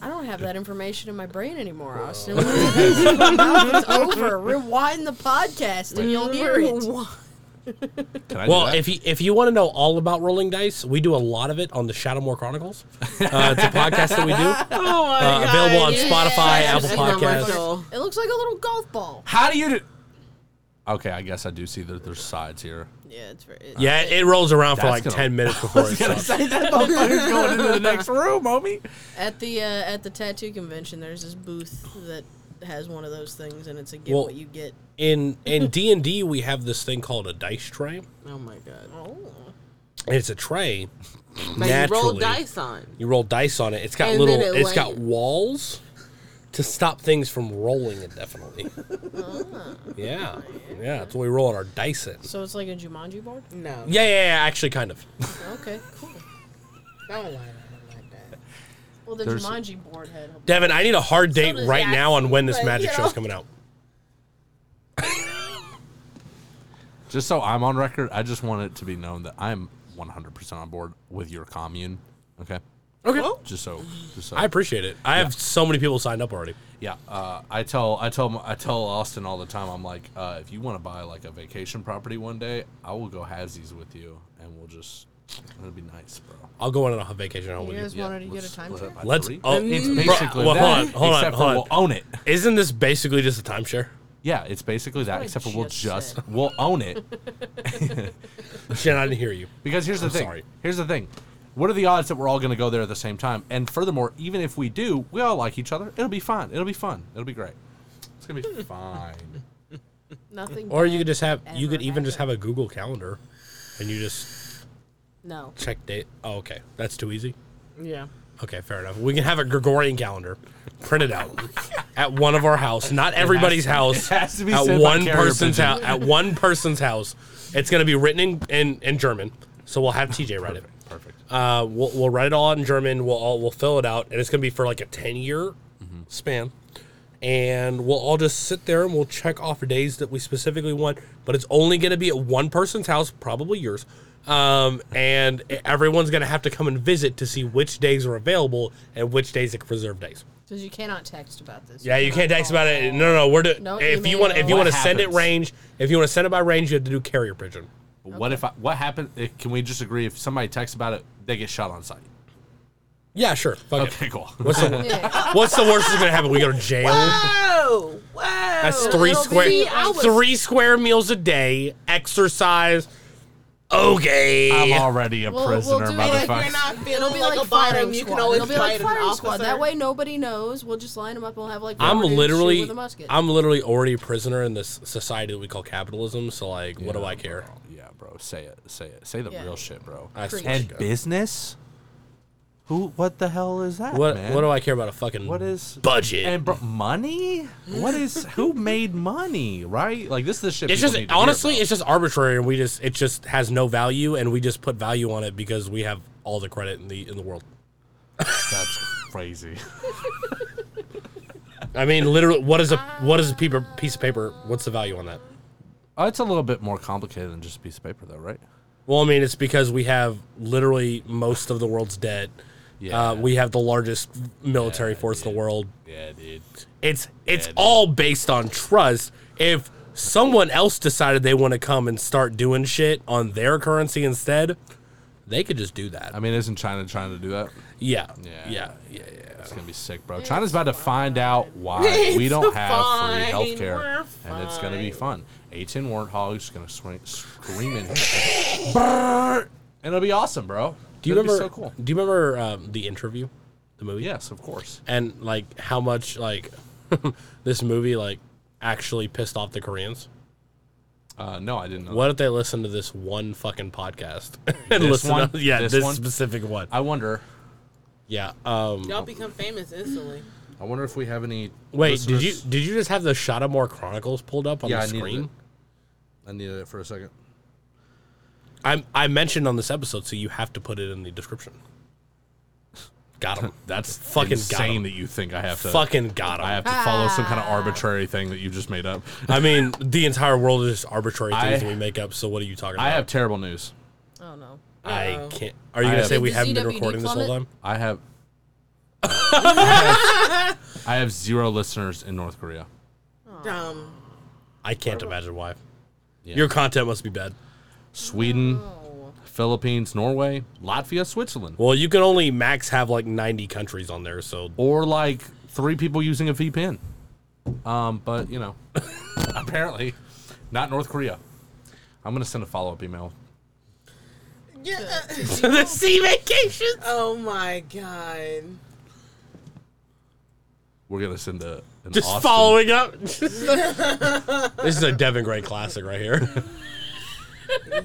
D: I don't have that information in my brain anymore, Austin. When it's over. Rewind the podcast and you'll hear it.
F: Can I do
I: well,
F: that?
I: if you if you want to know all about rolling dice, we do a lot of it on the Shadowmoor Chronicles. Uh, it's a podcast that we do.
J: Oh my
I: Uh,
J: god.
I: available on
J: yeah.
I: Spotify,
J: I've
I: Apple
J: seen
I: Podcasts.
J: commercial.
D: It looks like a little golf ball.
F: How do you do? Okay, I guess I do see that there's sides here.
D: Yeah, it's very. It,
I: Yeah, it rolls around for
F: That's
I: like
F: gonna-
I: ten minutes before it stops.
F: that motherfucker's going into the next room, homie.
D: At the uh, at the tattoo convention, there's this booth that has one of those things, and it's a get
I: Well-
D: what you get.
I: In in D and D, we have this thing called a dice tray.
J: Oh my god.
D: Oh,
I: And it's a tray.
J: That you roll
I: Naturally.
J: dice on.
I: You roll dice on it. It's got
J: And
I: little.
J: then it
I: It has got
J: like-
I: walls to stop things from rolling indefinitely.
J: Ah.
I: yeah, yeah. That's what we roll on our dice in.
D: so it's like a Jumanji board.
J: No.
I: Yeah, yeah, yeah. Actually, kind of.
D: Okay, cool.
J: Don't lie to him like that.
D: Well, the
F: There's-
D: Jumanji board had.
I: Devin, I need a hard date
J: does
I: right
J: Jackson,
I: now on when this
J: but,
I: magic
J: you
I: show's
J: know.
I: coming out.
F: Just so I'm on record, I just want it to be known that I'm 100% on board with your commune. Okay.
I: Okay.
F: Just so, just so.
I: I appreciate it. I have so many people signed up already.
F: yeah. Uh, I tell, I tell, I tell Austin all the time. I'm like, uh, if you want to buy like a vacation property one day, I will go halvesies with you, and we'll just, it'll be nice, bro.
I: I'll go on a vacation home
D: You
I: with you.
D: guys wanted to get a timeshare?
I: Let's- oh,
F: it's
I: bro,
F: basically
I: well, hold
F: that,
I: on, hold on,
F: except
I: hold on.
F: for we'll own it.
I: Isn't this basically just a timeshare?
F: Yeah, it's basically that,
D: I
F: except for we'll
D: just
F: just
D: said.
F: we'll own it.
I: Shannon, I didn't hear you.
F: Because here's the
I: I'm
F: thing.
I: sorry.
F: Here's the thing. What are the odds that we're all going to go there at the same time? And furthermore, even if we do, we all like each other. It'll be fun. It'll be fun. It'll be great. It's going to be fine.
D: Nothing.
I: Or you
D: bad
I: could just have you
D: ever
I: could even just have
D: happened.
I: a Google Calendar, and you just
D: No.
I: check date. Oh, okay, that's too easy.
J: Yeah.
I: Okay, fair enough. We can have a Gregorian calendar printed out at one of our house, not everybody's house.
F: it has to be
I: at
F: sent by
I: one
F: carrier
I: person's
F: pigeon.
I: house. At one person's house, it's going to be written in, in, in German. So we'll have TJ write it.
F: Perfect.
I: Uh, we'll, we'll write it all out in German. We'll all, we'll fill it out, and it's going to be for like a ten year
F: Mm-hmm.
I: span. And we'll all just sit there and we'll check off days that we specifically want, but it's only going to be at one person's house, probably yours. Um, and everyone's going to have to come and visit to see which days are available and which days are reserved days.
D: Because you cannot text about this.
I: Yeah, you can't text about it. No, no, no. We're do-
D: No
I: if you
D: email.
I: want if you
D: What
I: want to send it
F: happens?
I: range, if you want to send it by range, you have to do carrier pigeon.
F: What if I, what happened? If, can we just agree if somebody texts about it, they get shot on sight?
I: Yeah, sure. Fuck
F: okay, cool.
I: What's the, what's the worst that's gonna happen? We go to jail.
J: Whoa! Whoa!
I: That's three
J: Little
I: square
J: B, I was-
I: three square meals a day. Exercise. Okay.
F: I'm already a
D: We'll- we'll
F: prisoner,
D: do it if
F: motherfucker.
D: you're not
J: It'll
D: feeling
J: be
D: like,
J: like
D: a bottom.
J: firing
D: You can
J: squad.
D: always
J: It'll be
D: fight
J: like
D: an
J: firing
D: officer.
J: squad.
D: That way nobody knows. We'll just line them up. We'll have like.
I: I'm
D: four dudes shoot
I: literally
D: With a musket.
I: I'm literally already a prisoner in this society that we call capitalism, so like what do I care?
F: Yeah, bro. Say it. Say it. Say the
D: Yeah.
F: real shit, bro.
I: I swear to
F: and
I: God.
F: business? Who? What the hell is that?
I: What
F: man?
I: what do I care about a fucking
F: What is
I: budget?
F: and bro, money? What is who made money? Right? Like this is the shit.
I: it's
F: people
I: just
F: need to hear
I: honestly,
F: about.
I: it's just arbitrary, and we just it just has no value, and we just put value on it because we have all the credit in the in the world.
F: That's crazy.
I: I mean, literally, what is a what is a paper, piece of paper? What's the value on that?
F: Oh, it's a little bit more complicated than just a piece of paper, though, right?
I: Well, I mean, it's because we have literally most of the world's debt. Uh, we have the largest military force in the world.
F: Yeah, dude.
I: It's it's all based on trust. If someone else decided they want to come and start doing shit on their currency instead, they could just do that.
F: I mean, isn't China trying to do that?
I: Yeah.
F: Yeah.
I: Yeah. Yeah.
F: It's gonna be sick, bro. China's about to find out why we don't have free healthcare, and it's gonna be fun. A10 warthog's gonna swing, scream in here, Brrr! and it'll be awesome, bro.
I: Do you
F: It'll be
I: remember?
F: so cool.
I: Do you remember um, the interview, the movie?
F: Yes, of course.
I: And like how much like this movie like actually pissed off the Koreans.
F: Uh, no, I didn't know.
I: What if they listen to this one fucking podcast
F: that.
I: and
F: This
I: listen?
F: one?
I: to, yeah, this,
F: one?
I: specific one.
F: I wonder.
I: Yeah. Um,
J: Y'all become famous instantly.
F: I wonder if we have any.
I: wait, did you
F: listeners-
I: did you just have the Shadamore Chronicles pulled up on
F: yeah,
I: the
F: I needed
I: screen?
F: it. I needed it uh, for a second.
I: I I mentioned on this episode, so you have to put it in the description. Got him. That's fucking got
F: insane
I: 'em.
F: that you think I have to
I: Fucking got 'em.
F: I have to follow some kind of arbitrary thing that you just made up.
I: I mean, the entire world is just arbitrary
F: I-
I: things that we make up. So what are you talking about?
F: I have terrible news.
D: Oh no.
I: I
D: Uh-oh.
I: can't. Are you
F: I
I: gonna
F: have-
I: say we
D: Did the
I: haven't been
D: CWD
I: recording this whole
D: plummet?
I: time?
F: I have. I have zero listeners in North Korea.
J: Dumb.
I: I can't imagine why.
F: Yeah.
I: Your content must be bad.
F: Sweden, Philippines, Norway, Latvia, Switzerland,
I: Well, you can only max have like 90 countries on there, so
F: or like three people using a VPN. Um, but you know, apparently, not North Korea. I'm gonna send a follow up email.
J: Yeah.
I: the sea vacations.
J: Oh my god.
F: We're gonna send a an
I: Just
F: Austin-
I: following up. this is a Devin Gray classic right here.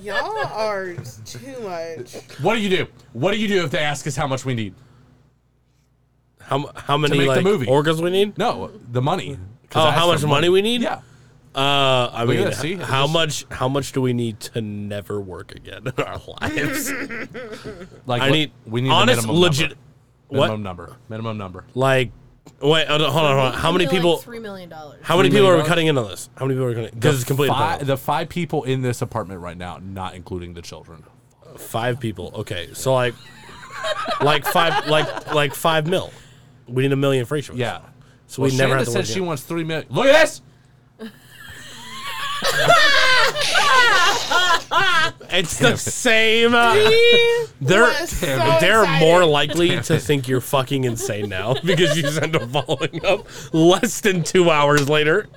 J: Y'all are too much.
F: What do you do? What do you do if they ask us how much we need?
I: How m- how many
F: make the
I: like
F: movie.
I: orgas we need?
F: No, the money. 'Cause
I: Oh,
F: I asked
I: how much
F: for
I: money we need?
F: Yeah.
I: Uh, I
F: Look at
I: mean,
F: this, see?
I: h- how
F: This-
I: much how much do we need to never work again in our lives?
F: Like
I: I
F: what-
I: need
F: we need
I: honest,
F: the minimum
I: legit.
F: Number.
I: What?
F: Minimum number. Minimum number.
I: Like, wait, hold on, hold on. Hold on. How many
D: Maybe, like,
I: people?
D: Three million dollars.
I: How many
F: Three
I: people
F: million
I: are we
F: dollars?
I: cutting in on this? How many people are cutting? Because it's completely
F: Fi-
I: five,
F: the five people in this apartment right now, not including the children.
I: five people. Okay, so like, like five, like like five mil. We need a million for each of us.
F: Yeah.
I: So
F: Well,
I: we never
F: Shanda
I: have to
F: said
I: work
F: she
I: again.
F: wants three million. Look at this.
I: It's the same. uh, they're
J: was so
I: they're
J: excited.
I: more likely to think you're fucking insane now because you send a following up less than two hours later.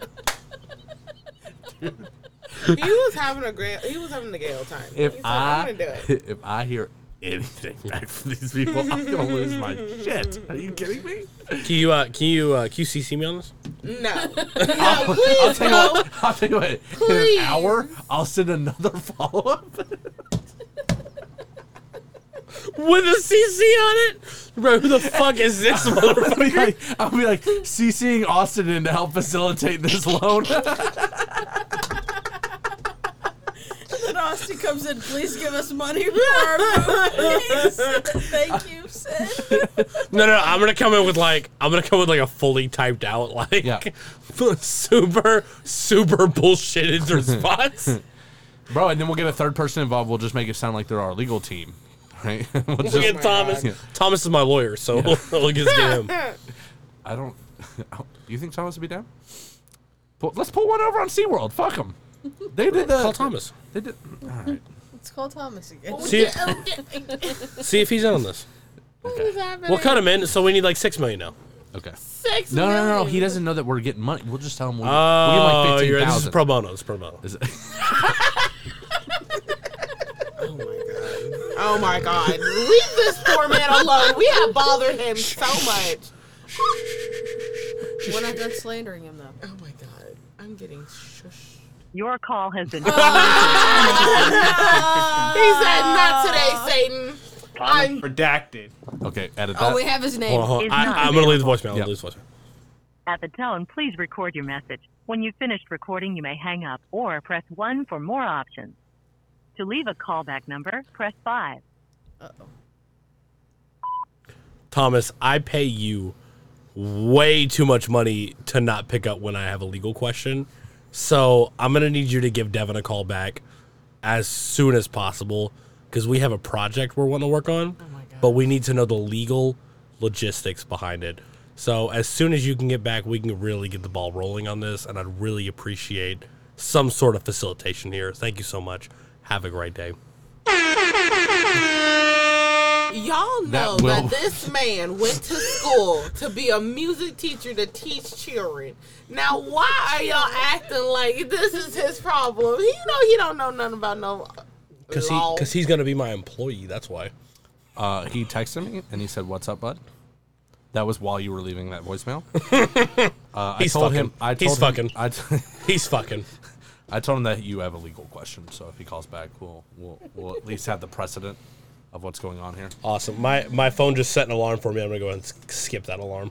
J: He was having a great. He was having a gay old time.
F: If
J: He's like, I'm
F: I
J: gonna do it.
F: if I hear anything back from these people, I'm gonna lose my shit. Are you kidding me?
I: Can you uh, can you uh, can you CC me on this?
J: No.
F: I'll,
J: No, please
F: I'll tell you
J: no.
F: what. I'll tell you what.
J: Please.
F: In an hour, I'll send another follow up.
I: With a CC on it, bro. Who the fuck is this
F: I'll be
I: motherfucker?
F: like, I'll be like CCing Austin in to help facilitate this loan.
D: Then Austin comes in. Please give us money for our movies. Thank you, Sid.
I: No, no, I'm gonna come in with like I'm gonna come with like a fully typed out like
F: Yeah.
I: super super bullshitted response.
F: Bro, and then we'll get a third person involved. We'll just make it sound like they're our legal team, right? We'll
I: We'll
F: just-
I: get Thomas.
F: Yeah.
I: Thomas is my lawyer, so we'll, we'll just get him.
F: I don't. you think Thomas would be down? Pull, let's pull one over on SeaWorld. Fuck them. They did that.
I: Call Thomas.
F: They did. All right.
D: Let's call Thomas again.
I: See if-
D: Oh,
I: See if he's in on this. We'll cut him in, so we need like six million now.
F: Okay.
D: Six
F: No, no, no, no. He doesn't know that we're getting money. We'll just tell him we'll,
I: Oh,
F: we'll give him like
I: you're
F: fifteen
I: right. This is
F: thousand.
I: pro bono. This is pro bono.
J: Oh my god. Leave this poor man alone. We have bothered him so much.
D: We're not done slandering him though.
J: Oh my god. I'm getting Oh, shush.
N: Your call has been.
J: He said
D: Ah.
J: not today, Satan. I'm
M: redacted.
F: Okay, edit
J: Oh,
F: that.
J: we have his name. Hold on, hold on.
N: Is I- not I'm
I: Uh-huh. gonna leave the voicemail.
F: Yep.
I: Lose voicemail.
N: At the tone, please record your message. When you've finished recording, you may hang up or press 1 for more options. To leave a callback number, press 5.
I: Thomas, I pay you way too much money to not pick up when I have a legal question. So I'm going to need you to give Devin a call back as soon as possible because we have a project we're wanting to work on, but we need to know the legal logistics behind it. So as soon as you can get back, we can really get the ball rolling on this. And I'd really appreciate some sort of facilitation here. Thank you so much. Have a great day.
J: Y'all know
I: That
J: that,
I: will-
J: this man went to school to be a music teacher to teach children. Now, why are y'all acting like this is his problem? You know he don't know nothing about no.
I: Because he,
J: Lol.
I: cause he's going to be my employee. That's why.
F: Uh, he texted me and he said, "What's up, bud?" That was while you were leaving that voicemail. uh,
I: He's
F: I told
I: fucking.
F: him. I told
I: He's
F: him,
I: fucking.
F: I t-
I: He's fucking.
F: I told him that you have a legal question, so if he calls back, we'll we'll, we'll at least have the precedent of what's going on here.
I: Awesome. My my phone just set an alarm for me. I'm gonna go ahead and s- skip that alarm.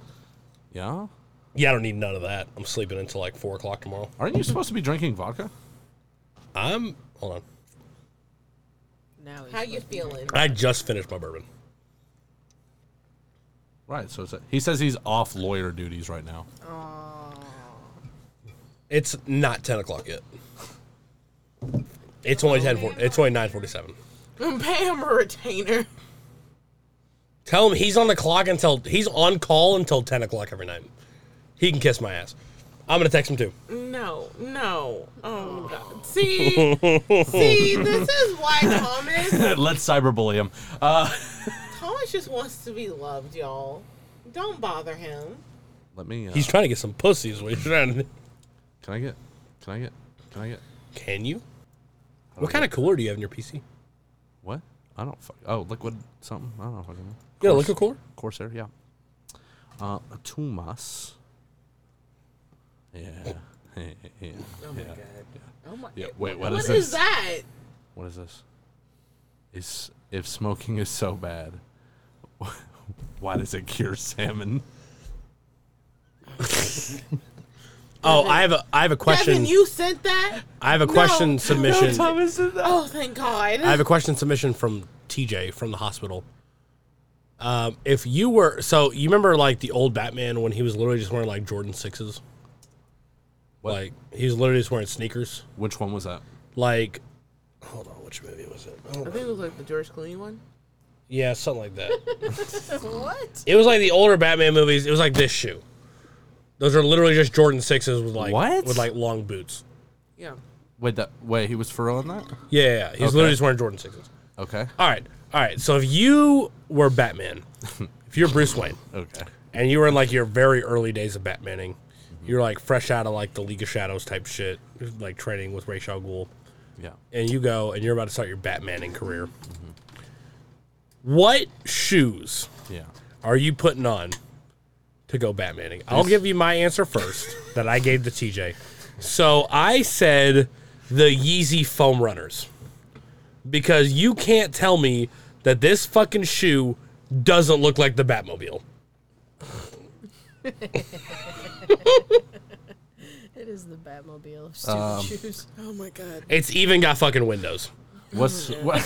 F: Yeah.
I: Yeah, I don't need none of that. I'm sleeping until like four o'clock tomorrow.
F: Aren't you supposed to be drinking vodka?
I: I'm. Hold on.
D: Now
J: How you feeling?
I: I just finished my bourbon.
F: Right. So it's a, he says he's off lawyer duties right now.
I: It's not ten o'clock yet. It's only ten. four- It's only nine forty-seven.
J: Pay him a retainer.
I: Tell him he's on the clock until he's on call until ten o'clock every night. He can kiss my ass. I'm gonna text him too.
J: No, no. Oh God. See, see, this is why Thomas.
F: Let's cyberbully him. Uh,
J: Thomas just wants to be loved, y'all. Don't bother him.
F: let me. Uh,
I: He's trying to get some pussy. Is what he's trying to.
F: Can I get? Can I get? Can I get?
I: Can you? What kind of cooler do you have in your PC?
F: What? I don't fuck. Oh, liquid something. I don't know. Fucking.
I: Yeah, liquid cooler?
F: Corsair. Yeah. Uh, Tumas. Yeah. yeah.
J: Oh my
F: yeah.
J: God. Oh my.
F: Yeah. Wait. What
J: What
F: is this?
J: is that?
F: What is this? Is if smoking is so bad, why does it cure salmon?
I: Oh, I have a I have a question.
J: Devin, you sent that.
I: I have a question submission.
J: Oh, thank God.
I: I have a question submission from TJ from the hospital. Um, if you were so, you remember like the old Batman when he was literally just wearing like Jordan sixes. Like he was literally just wearing sneakers.
F: Which one was that?
I: Like, hold on, which movie was it? Oh,
J: I think it was like the George Clooney one.
I: Yeah, something like that.
J: what?
I: it was like the older Batman movies. It was like this shoe. Those are literally just Jordan sixes with like
F: What?
I: with like long boots.
J: Yeah.
F: Wait. That. Wait. He was furrowing that.
I: Yeah, yeah, yeah. he's literally just wearing Jordan sixes.
F: Okay.
I: All right, all right. So if you were Batman, if you're Bruce Wayne,
F: Okay.
I: and you were in like your very early days of Batmaning, you're like fresh out of like the League of Shadows type shit, like training with Ra's al Ghul,
F: Yeah.
I: and you go and you're about to start your Batmaning career. What shoes
F: Yeah.
I: are you putting on to go Batmaning? I'll
F: Yes.
I: give you my answer first that I gave to TJ. So I said the Yeezy foam runners because you can't tell me that this fucking shoe doesn't look like the Batmobile.
D: It is the Batmobile of stupid
I: Um,
D: shoes. Oh my god.
I: It's even got fucking windows.
F: What's what?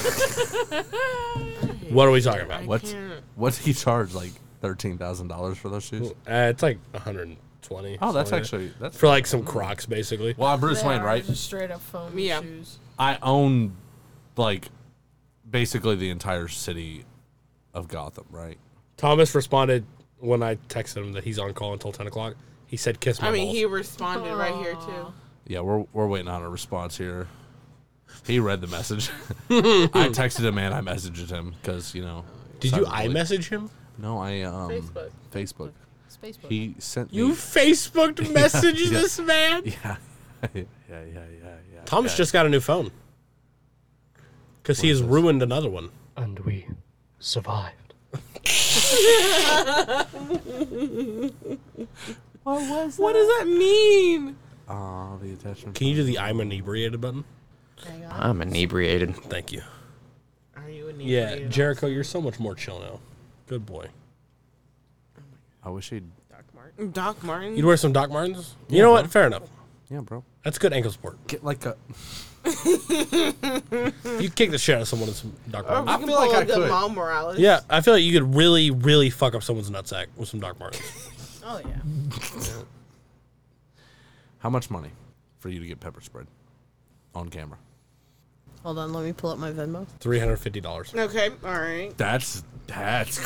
I: What are we talking about?
F: What's
I: can't.
F: what's he charge? Like thirteen thousand dollars for those shoes?
I: Uh, it's like 120.
F: Oh, that's
I: something like
F: actually-
I: that.
F: that's-
I: for like some Crocs, basically.
F: Well, I'm Bruce They Wayne, are right?
D: Just straight up foam
J: Yeah.
D: shoes.
F: I own like basically the entire city of Gotham, right?
I: Thomas responded, when I texted him that he's on call until ten o'clock, he said, "Kiss my
J: I mean,
I: balls."
J: he responded right here too.
F: Yeah, we're we're waiting on a response here. He read the message. I texted him and I messaged him because you know.
I: Did you
F: cyberbullying.
I: iMessage him?
F: No, I um
I: Facebook.
F: Facebook. Facebook.
D: Facebook.
F: He sent
I: You
F: me-
I: Facebooked message
F: yeah.
I: this man?
F: Yeah. yeah, yeah, yeah, yeah.
I: Thomas
F: yeah.
I: just got a new phone because he has ruined another one. And we survived.
J: what was? What does that mean?
F: Ah, the attachment.
I: Can you do the I'm inebriated button?
E: I'm inebriated.
I: Thank you.
J: Are you in
I: Yeah, Jericho, you're so much more chill now. Good boy.
F: I wish he'd.
J: Doc Martin?
I: You'd wear some Doc Martens. You
F: Yeah,
I: know
F: bro.
I: what? Fair enough.
F: Yeah, bro.
I: That's good ankle support.
F: Get like a.
I: You kick the shit out of someone with some Doc
J: Or
I: Martens.
J: we can pull a good Miles Morales.
I: Yeah, I feel like you could really, really fuck up someone's nutsack with some Doc Martens.
J: Oh yeah.
F: How much money for you to get pepper sprayed on camera?
D: Hold on, let me pull up my Venmo.
I: Three hundred fifty dollars.
J: Okay. All right.
F: That's that's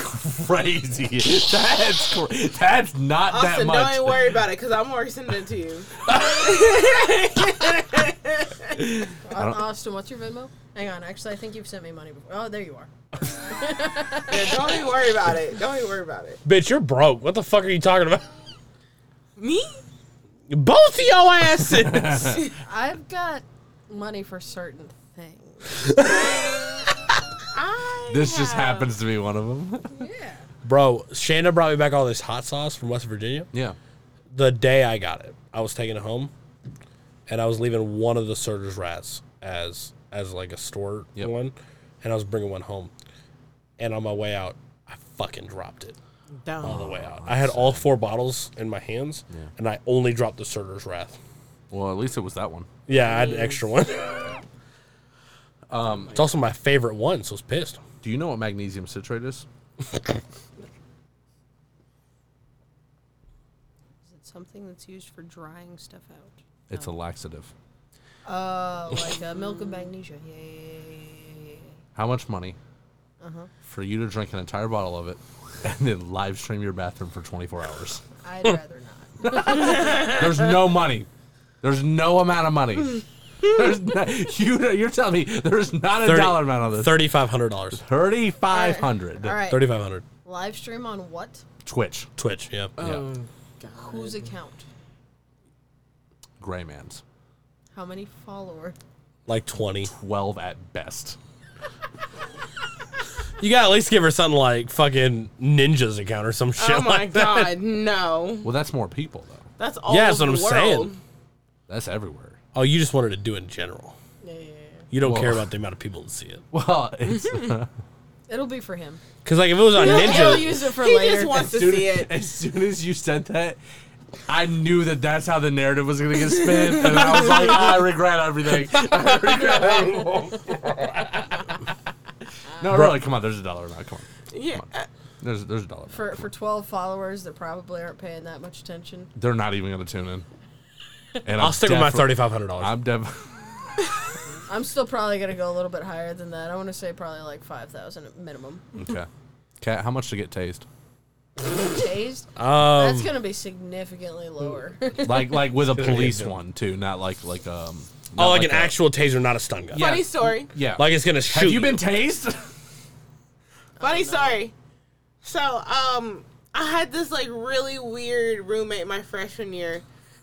F: crazy. that's cra- that's not that
J: Austin,
F: much.
J: don't even worry about it because I'm already sending it to you.
F: I don't-
D: Austin, what's your Venmo? Hang on, actually, I think you've sent me money before. Oh, there you are.
J: Yeah, don't even worry about it. Don't even worry about it.
I: Bitch, you're broke. What the fuck are you talking about?
J: Me?
I: Both of your asses.
D: I've got money for certain things.
F: This just happens to be one of them.
I: Bro, Shanda brought me back all this hot sauce from West Virginia.
F: Yeah.
I: The day I got it, I was taking it home, and I was leaving one of the Surge's rats as as like a store one, and I was bringing one home, and on my way out, I fucking dropped it.
J: Down.
I: All the way out. I had all four bottles in my hands, and I only dropped the Surge's Wrath.
F: Well, at least it was that one.
I: Yeah, I had an extra one.
F: Um,
I: it's also my favorite one, so I was pissed.
F: Do you know what magnesium citrate is?
D: Is it something that's used for drying stuff out?
F: It's a laxative.
D: Uh, like uh, milk and magnesia. Yeah, yeah, yeah,
F: How much money
D: yeah. Uh huh.
F: for you to drink an entire bottle of it and then live stream your bathroom for 24 hours?
D: I'd rather not.
F: There's no money. There's no amount of money. There's no, you, you're telling me there's not a
I: Thirty-
F: dollar amount on this.
I: Thirty five hundred dollars.
F: Thirty five hundred.
D: All right.
I: Thirty five hundred.
D: Live stream on what?
F: Twitch.
I: Twitch. Yeah.
F: yeah.
D: Whose account?
F: Gray man's.
D: How many followers?
I: Like twenty.
F: Twelve at best.
I: You gotta at least give her something like fucking ninjas account or some shit.
J: Oh my
I: like that.
J: god, no.
F: Well, that's more people though.
J: That's all.
I: yeah, that's what I'm
J: over the world.
I: saying.
F: That's everywhere.
I: Oh, you just wanted to do it in general. You don't
F: Well-
I: care about the amount of people that see it.
F: Well,
D: It'll be for him.
I: because like if it was on
D: He'll- he'll
I: Ninja,
D: use it for
J: He
D: later.
J: just wants to
F: Dude,
J: see it.
F: As soon as you said that, I knew that that's how the narrative was going to get spin, and I was like, "Ah, I regret everything. I regret everything. no, really, come on. There's a dollar amount. Come on.
J: Yeah. uh,
F: There's there's a dollar. amount.
D: For for 12 followers that probably aren't paying that much attention.
F: They're not even going to tune in.
I: I'll stick with my
F: definitely-
I: $3,500.
F: I'm dev.
D: I'm still probably gonna go a little bit higher than that. I want to say probably like 5,000 at minimum.
F: Okay. Cat, how much to get tased?
D: Tased.
F: Um,
D: That's gonna be significantly lower.
F: Like like with a
I: It's gonna be
F: police
I: good.
F: one too, not like like um.
I: oh,
F: not
I: like, an
F: a-
I: actual taser, not a stun gun.
J: Funny story.
F: Yeah.
I: Like it's gonna
F: Have
I: shoot
F: you
I: you.
F: been tased?
J: Funny story. So, um, I had this like really weird roommate my freshman year.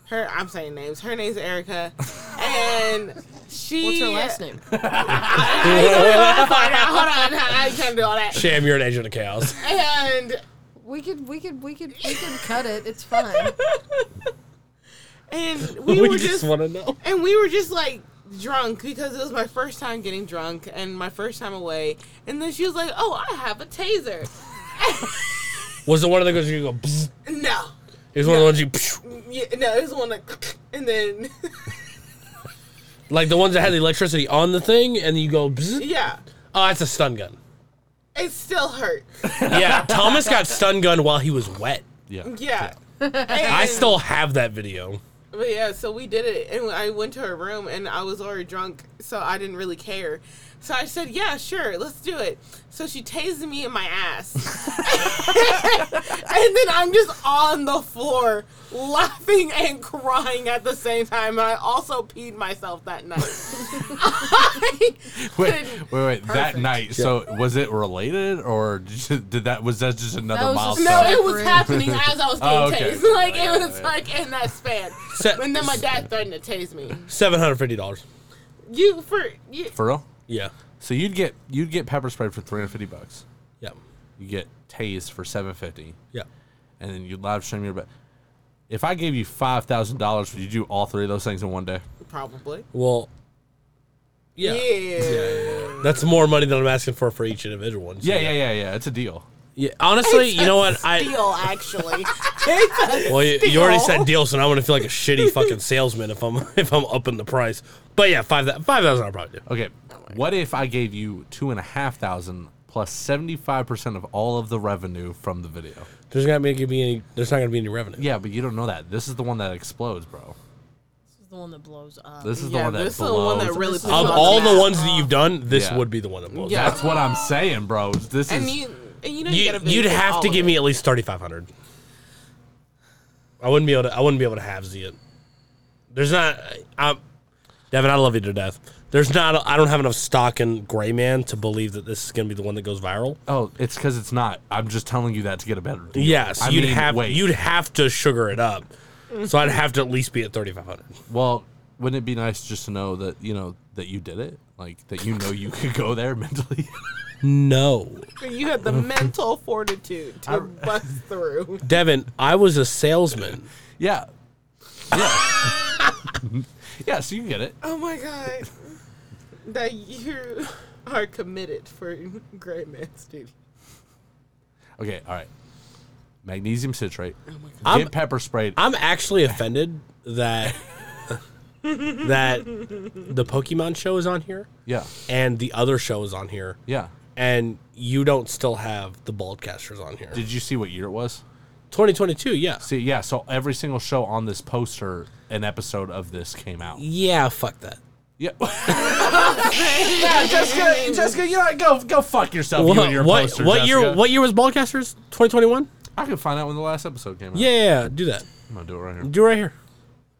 J: Her, I'm saying names. Her name's Erica, and she.
D: What's her last name?
J: Hold on, hold on. I can't do all that.
I: Sham, you're an agent of chaos.
J: And
D: we could we could we could we could cut it. It's fine.
J: and we, were just
I: want to know.
J: And we were just like drunk because it was my first time getting drunk and my first time away. And then she was like, "Oh, I have a taser."
I: Was it one of the ones you go? Bzz?
J: No,
I: It was one of the ones you. psh,
J: yeah, no, it was one like, and then
I: Like the ones that had the electricity on the thing, and you go. Bzz?
J: yeah,
I: Oh, that's a stun gun.
J: it still hurt.
I: Yeah, Thomas got stun gun while he was wet.
J: Yeah.
I: I
J: And-
I: still have that video.
J: But yeah, so we did it, and I went to her room, and I was already drunk, so I didn't really care. So I said, "Yeah, sure, let's do it." So she tased me in my ass, and then I'm just on the floor laughing and crying at the same time. And I also peed myself that night.
F: Wait, wait, wait. That night. So was it related, or did you- did that was that just another
J: That was
F: milestone?
J: just- No, it was happening as I was getting
F: Oh, okay.
J: tased. Like
F: Yeah,
J: it was
F: yeah.
J: like in that span.
I: Se-
J: and then my dad threatened to tase me.
I: Seven hundred fifty dollars.
J: You for you,
F: For real?
I: Yeah.
F: So you'd get you'd get pepper sprayed for three hundred fifty bucks.
I: Yeah.
F: You get tased for seven fifty.
I: Yeah.
F: And then you live stream your bet. If I gave you five thousand dollars, would you do all three of those things in one day?
J: probably.
I: Well, Yeah.
J: yeah.
I: that's more money than I'm asking for for each individual one.
F: Yeah, yeah, yeah, yeah. It's a deal.
I: Yeah. Honestly,
J: It's
I: you
J: a
I: know what? I
J: steal, actually. It's a
I: well, you, you already
J: steal.
I: said deal, so now I'm gonna feel like a shitty fucking salesman if I'm if I'm upping the price. But yeah, five five thousand I'll probably do.
F: Okay. What if I gave you two and a half thousand plus seventy five percent of all of the revenue from the video?
I: There's not gonna be any. There's not gonna be any revenue.
F: Yeah, but you don't know that. This is the one that explodes, bro.
D: This is the one that blows up.
F: This is the one that
J: this is the
F: blows.
J: one that really
I: Of all the ones that you've done, this
F: Yeah.
I: would be the one that blows.
J: Yeah.
F: That's what I'm saying, bro. This
J: And
F: is
J: you, and you know you,
I: You,
J: gotta be
I: you'd
J: for
I: have
J: all
I: to
J: of
I: give
J: it.
I: me at least thirty five hundred. I wouldn't be able to. I wouldn't be able to halvesy it. There's not. I'm, Devin, I love you to death. There's not. I don't have enough stock in Gray Man to believe that this is going to be the one that goes viral.
F: Oh, it's because it's not. I'm just telling you that to get a better deal.
I: Yes,
F: I
I: you'd
F: mean,
I: have.
F: wait.
I: You'd have to sugar it up. So I'd have to at least be at thirty five hundred.
F: Well, wouldn't it be nice just to know that you know that you did it, like that you know you could go there mentally?
I: No,
J: You had the
I: Mm.
J: mental fortitude to bust through.
I: Devin, I was a salesman.
F: Yeah. yeah, so you get it.
J: Oh my god. That you are committed for Gray Man Studio.
F: Okay, all right. Magnesium citrate.
J: Oh
F: get
I: I'm-
F: pepper sprayed.
I: I'm actually offended that that the Pokemon show is on here.
F: Yeah.
I: And the other show is on here.
F: Yeah.
I: And you don't still have the Baldcasters on here.
F: Did you see what year it was?
I: 2022. Yeah.
F: See, yeah. So every single show on this poster, an episode of this came out.
I: Yeah, fuck that.
F: Yeah.
I: yeah,
F: Jessica, Jessica, you know what? Go, go fuck yourself.
I: What,
F: you and your
I: what,
F: poster,
I: what year?
F: Jessica.
I: What year was Baldcasters? 2021.
F: I could find out when the last episode came out.
I: Yeah, yeah, yeah, do that.
F: I'm gonna do it right here.
I: Do it right here.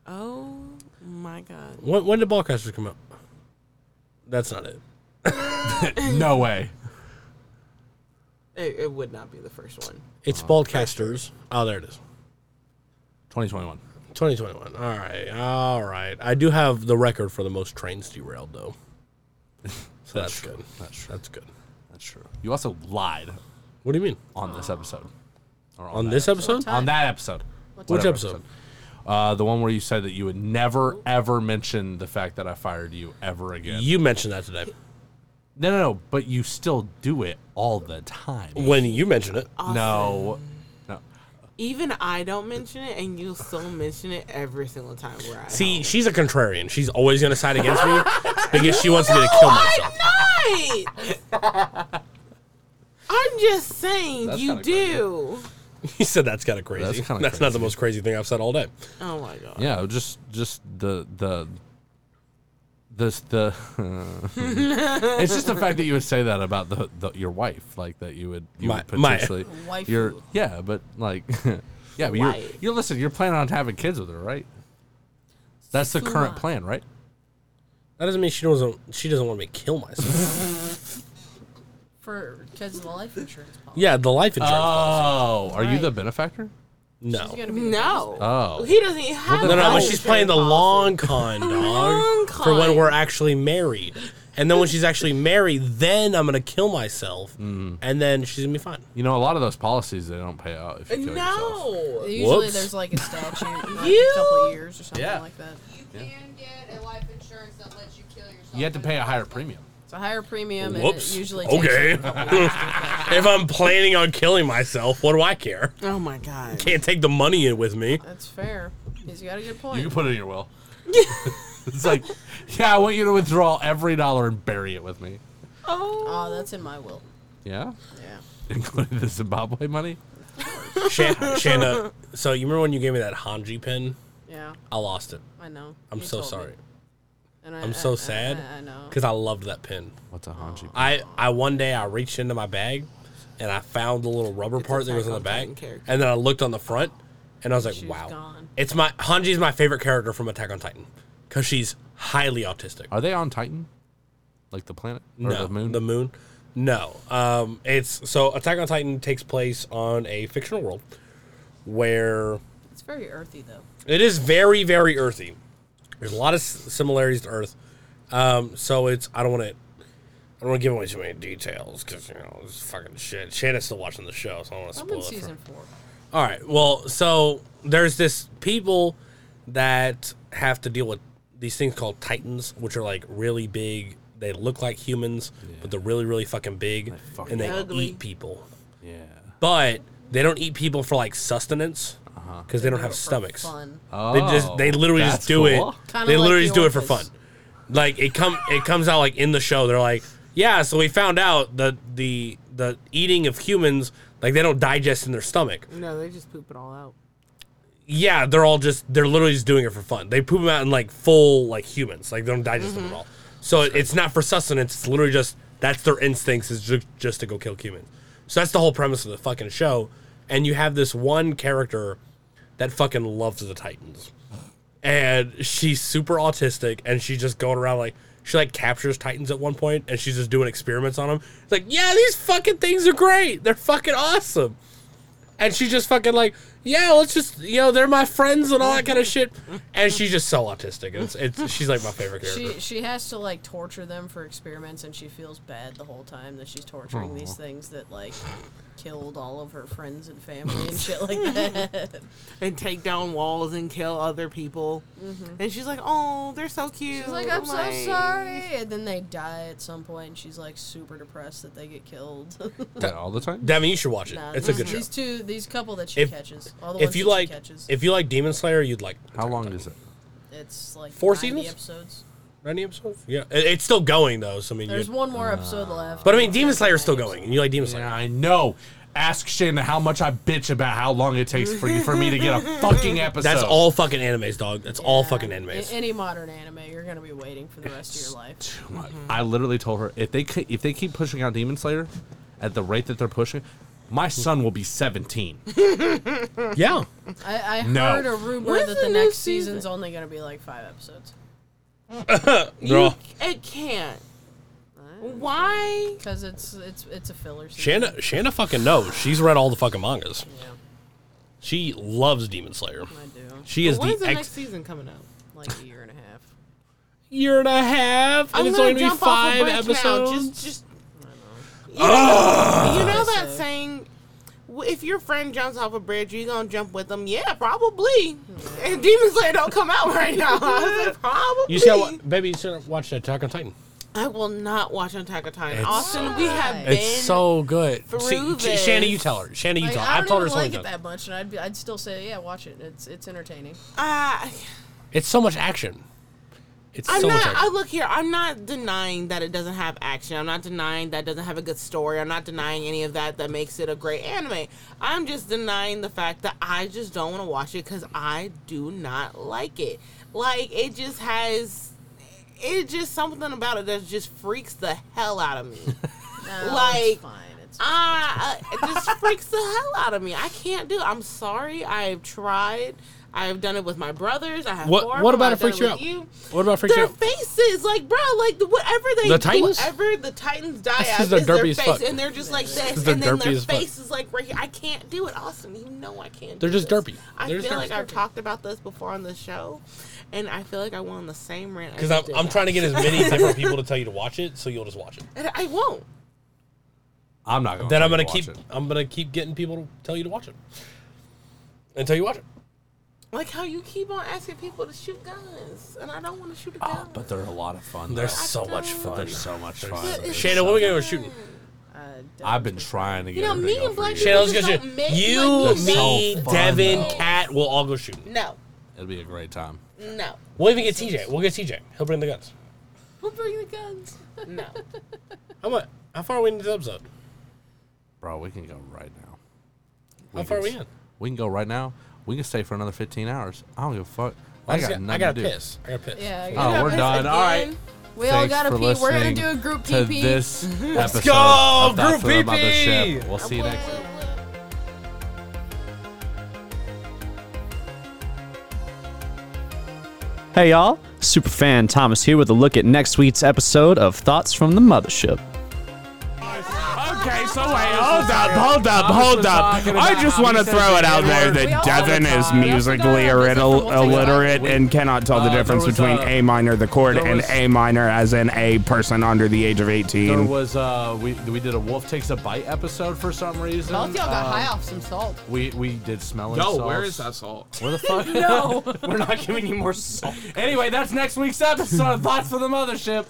J: Oh my god.
I: When, when did Baldcasters come out? That's not it.
F: no way.
J: It, it would not be the first one.
I: It's Baldcasters. Oh, there it is.
F: 2021.
I: 2021. All right. All right. I do have the record for the most trains derailed, though. So that's, good. That's true. That's good.
F: That's true. You also lied.
I: What do you mean?
F: On this episode. Or
I: On
F: that
I: this episode?
F: On that episode.
I: What
F: Whatever
I: time? Which episode?
F: Uh, the one where you said that you would never, ever mention the fact that I fired you ever again.
I: You mentioned that today.
F: No, no, no. But you still do it all the time.
I: When you mention it.
F: No. No.
J: Even I don't mention it, and you still mention it every single time we're at.
I: See, she's a contrarian. She's always going to side against me because she wants me to kill myself.
J: Right. I'm just saying
I: That's
J: you
I: kinda
J: do.
I: He said that's kind of crazy. That's,
F: That's kinda
I: not the most crazy thing I've said all day.
J: Oh my god.
F: Yeah, just just the the this the it's just the fact that you would say that about the, the your wife, like that you would you
I: My-
F: would
I: my-
F: potentially
I: Waifu.
F: your yeah, but like yeah, but you're,
I: Wife.
F: you're listen, you're planning on having kids with her, right? That's the current
I: Suma.
F: plan, right?
I: That doesn't mean she doesn't. She doesn't want me to kill myself.
D: For because of the life insurance policy.
I: yeah, the life insurance.
F: Oh,
I: policy.
F: are you the benefactor?
I: No.
D: She's gonna be the
J: No.
F: Oh.
J: He doesn't even have.
I: no, no,
J: a
I: but she's playing the long con, dog. For when
J: con.
I: we're actually married. And then when she's actually married, then I'm going to kill myself. And then she's going to be fine.
F: You know, a lot of those policies they don't pay out if you kill yourself.
J: No.
D: Usually
F: Whoops.
D: there's like a statute, like
J: You-
D: a couple of years or something
F: Yeah.
D: like that.
F: You have to pay a higher premium.
D: It's a higher premium.
I: Whoops.
D: And it usually takes-
I: Okay. if I'm planning on killing myself, what do I care?
J: Oh my god.
I: Can't take the money in with me.
D: That's fair. He's got a good point.
F: You can put it in your will. it's like, yeah, I want you to withdraw every dollar and bury it with me.
D: Oh. that's in my will.
F: Yeah?
D: Yeah.
F: Including the Zimbabwe money?
I: Shan- Shanna, so you remember when you gave me that Hanji pin?
D: Yeah.
I: I lost it.
D: I know.
I: I'm
D: You
I: so
D: told me.
I: sorry.
D: And
I: I'm so sad
D: I, I know.
I: because I loved that pin.
F: What's a hanji?
I: I I one day I reached into my bag and I found the little rubber part that goes on the back,
J: character.
I: and then I looked on the front, and I was like, wow, it's my Hanji's my favorite character from Attack on Titan because she's highly autistic.
F: Are they on Titan? Like the planet or
I: no,
F: the moon?
I: The moon. No. Um, it's so Attack on Titan takes place on a fictional world where
D: It's very earthy though.
I: it is very, very earthy. There's a lot of s- similarities to Earth. Um, so it's I don't want to I don't want to give away too many details because you know it's fucking shit. Shannon's still watching the show, so I don't want to
D: I'm
I: spoil
D: in
I: it. for-
D: season four.
I: all right. Well, so there's this people that have to deal with these things called titans, which are like really big. They look like humans, but they're really, really fucking big, and they
J: ugly.
I: eat people. Yeah. But they don't eat people for like sustenance because they don't have stomachs.
D: fun.
I: They just they literally
F: Oh, that's
I: just do
F: cool.
I: it.
D: Kinda
I: they
D: like
I: literally
D: the
I: just do it for
D: orcas.
I: fun. Like it come it comes out like in the show. They're like, yeah. So we found out that the the eating of humans like they don't digest in their stomach.
J: Um, No, they just poop it all out.
I: Yeah, they're all just they're literally just doing it for fun. They poop them out in like full like humans, like they don't digest them
J: Mhm.
D: Mm-hmm.
I: at all. So it- it's not for sustenance. It's literally just that's their instincts is just, just to go kill humans. So that's the whole premise of the fucking show. And you have this one character that fucking loves the Titans, and she's super autistic, and she's just going around like she like captures Titans at one point, and she's just doing experiments on them. It's like, yeah, these fucking things are great. They're fucking awesome and she's just fucking like, yeah, let's just, you know, they're my friends and all that kind of shit. And she's just so autistic. It's, it's she's like my favorite character.
D: She she has to like torture them for experiments, and she feels bad the whole time that she's torturing these
J: Aw.
D: things that like killed all of her friends and family and shit like that.
J: and take down walls and kill other people. And she's like, "Oh, they're so cute."
D: Mm-hmm.
I: Oh
D: She's like, I'm so sorry, and then they die at some point, and she's like super depressed that they get killed.
I: all the time. Devin, you should watch it.
D: Nah,
I: it's a
D: these,
I: good show.
D: These two, these couple that she
I: If-
D: catches, all the
I: if
D: ones
I: you
D: that
I: like,
D: she catches.
I: if you like Demon Slayer, you'd like. How long is it?
D: it's like
I: four
D: 90
I: seasons?
D: episodes.
I: Ninety episodes. Yeah, it- it's still going though. So I mean,
D: There's
I: you-
D: one more episode left.
I: Uh, But I mean, Demon Slayer's still going, and you like Demon
F: Slayer. I know. Ask Shannon how much I bitch about how long it takes for you for me to get a fucking episode.
I: That's all fucking animes, dog. That's all fucking
D: A-
I: animes.
D: any modern anime, you're gonna be waiting for the rest of your life.
F: I literally told her if they ke- if they keep pushing out Demon Slayer at the rate that they're pushing, my son will be 17.
I: yeah.
D: I, I
F: No.
D: heard a rumor
J: When's
D: that
J: the
D: the,
J: new
D: next season's only gonna be like five episodes.
I: Girl,
J: It can't. Why?
D: Because it's it's it's a filler. Season.
I: Shanna, Shanna fucking knows. She's read all the fucking mangas. She loves Demon Slayer.
D: I do.
I: She is
J: But when's
I: the
J: the
I: ex.
J: next season coming out?
D: Like a year and a half.
I: year and a half,
J: I'm
I: and it's
J: gonna
I: only gonna be
J: jump off a
I: five
J: bridge now.
I: episodes. Ah!
J: Just, just. You know, you know that saying, "W- if your friend jumps off a bridge, you gonna jump with them? Yeah, probably.
D: Hmm.
J: And Demon Slayer don't come out right now. I was like, probably.
I: You see, what, baby, you should watch Attack on Titan.
J: I will not watch Attack on Titan.
I: It's
J: Austin, we have been.
I: It's so good.
J: through
I: See, Sh-
J: this.
I: Shanna, you tell her. Shanna, you
D: Like,
I: tell her.
D: I
I: I've
D: don't
I: told her
D: even
I: so
D: like
I: many
D: it
I: times.
D: that much, and I'd be, I'd still say, yeah, watch it. It's it's entertaining.
J: Ah,
I: It's so much action. It's
J: I'm
I: so
J: not.
I: much action.
J: I look here. I'm not denying that it doesn't have action. I'm not denying that it doesn't have a good story. I'm not denying any of that that makes it a great anime. I'm just denying the fact that I just don't want to watch it because I do not like it. Like it just has. It's just something about it that just freaks the hell out of me. like Ah, uh, it just freaks the hell out of me. I can't do. It. I'm sorry. I've tried. I've done it with my brothers. I have.
I: What-
J: four of
I: what
J: them.
I: about
J: I've
I: it freaks
J: done
I: you
J: with
I: out? What about freaks you
J: their
I: out?
J: faces, like bro, like the, whatever they
I: The Titans?
J: whatever the Titans die
I: This
J: at
I: is the
J: is their
I: derpy as
J: face,
I: fuck.
J: and they're just like
I: This
J: this,
I: is the
J: and then
I: derpy
J: their
I: as fuck.
J: face is like right here. I can't do it, Austin. You know I can't.
I: They're
J: do
I: just
J: this.
I: derpy.
J: I
I: They're just
J: feel like
I: derpy.
J: I've talked about this before on the show, and I feel like I went on the same rant. I
I: Because I'm,
J: just did
I: I'm
J: now.
I: trying to get as many different people to tell you to watch it, so you'll just watch it.
J: And I won't.
F: I'm not going.
I: then I'm gonna keep. I'm gonna keep getting people to tell you to watch it until you watch it.
J: Like how you keep on asking people to shoot guns, and I don't want to shoot a
I: Ah,
J: gun.
F: Oh, But they're a lot of fun.
I: They're
F: though.
I: so much fun.
F: They're so much
I: They're
F: fun.
I: so-
F: They're
I: Shanna,
F: so
I: what are we
F: good.
I: gonna go shooting?
F: I've been trying to get.
J: You know, me
F: everything
J: and
F: up
J: Black
F: for
J: people
I: Shannon, let's go
J: just don't
I: shoot.
J: mix.
I: You,
J: Like,
I: me,
J: mix.
I: Devin, Kat, we'll all go shooting.
J: No,
F: It'll be a great time.
J: no.
I: We'll even get TJ. We'll get TJ. He'll bring the guns.
D: We'll bring the guns.
J: No.
I: How much? How far are we into the episode?
F: Bro, we can go right now.
I: How
F: can
I: far are we
F: s-
I: in?
F: We can go right now. We can stay for another 15 hours. I don't give a fuck.
I: I
F: I
I: just
F: got
I: got- I
F: nothing
I: gotta
F: to do.
I: piss. I gotta piss. Yeah, I
F: oh,
I: gotta
F: we're
I: piss
F: done. All right.
I: again.
L: We all
F: Thanks
L: gotta
F: for
L: pee. We're gonna
F: listening
L: do a group
F: to
L: pee-pee.
F: This episode
L: Let's
O: go,
F: of Thoughts
O: group
F: from the
O: pee-pee.
F: Mothership. We'll see you next week.
C: Hey y'all, superfan Thomas here with a look at next week's episode of Thoughts from the Mothership.
B: Okay, so wait, hold up, hold up, hold up. I just want to throw it out there that Devin is musically illiter- illiterate and cannot tell the difference between A minor, the chord,
F: there
B: and
F: was-
B: A minor as in a person under the age of
F: There
B: 18.
F: was uh we we did a wolf takes a bite episode for some reason.
L: Both y'all got
F: Um,
L: high off some salt.
F: We we did smelling
B: Yo,
F: salts.
B: where is
F: that salt? Where the fuck?
B: No.
F: we're not giving you more salt. Anyway, that's next week's episode of Thoughts for the Mothership.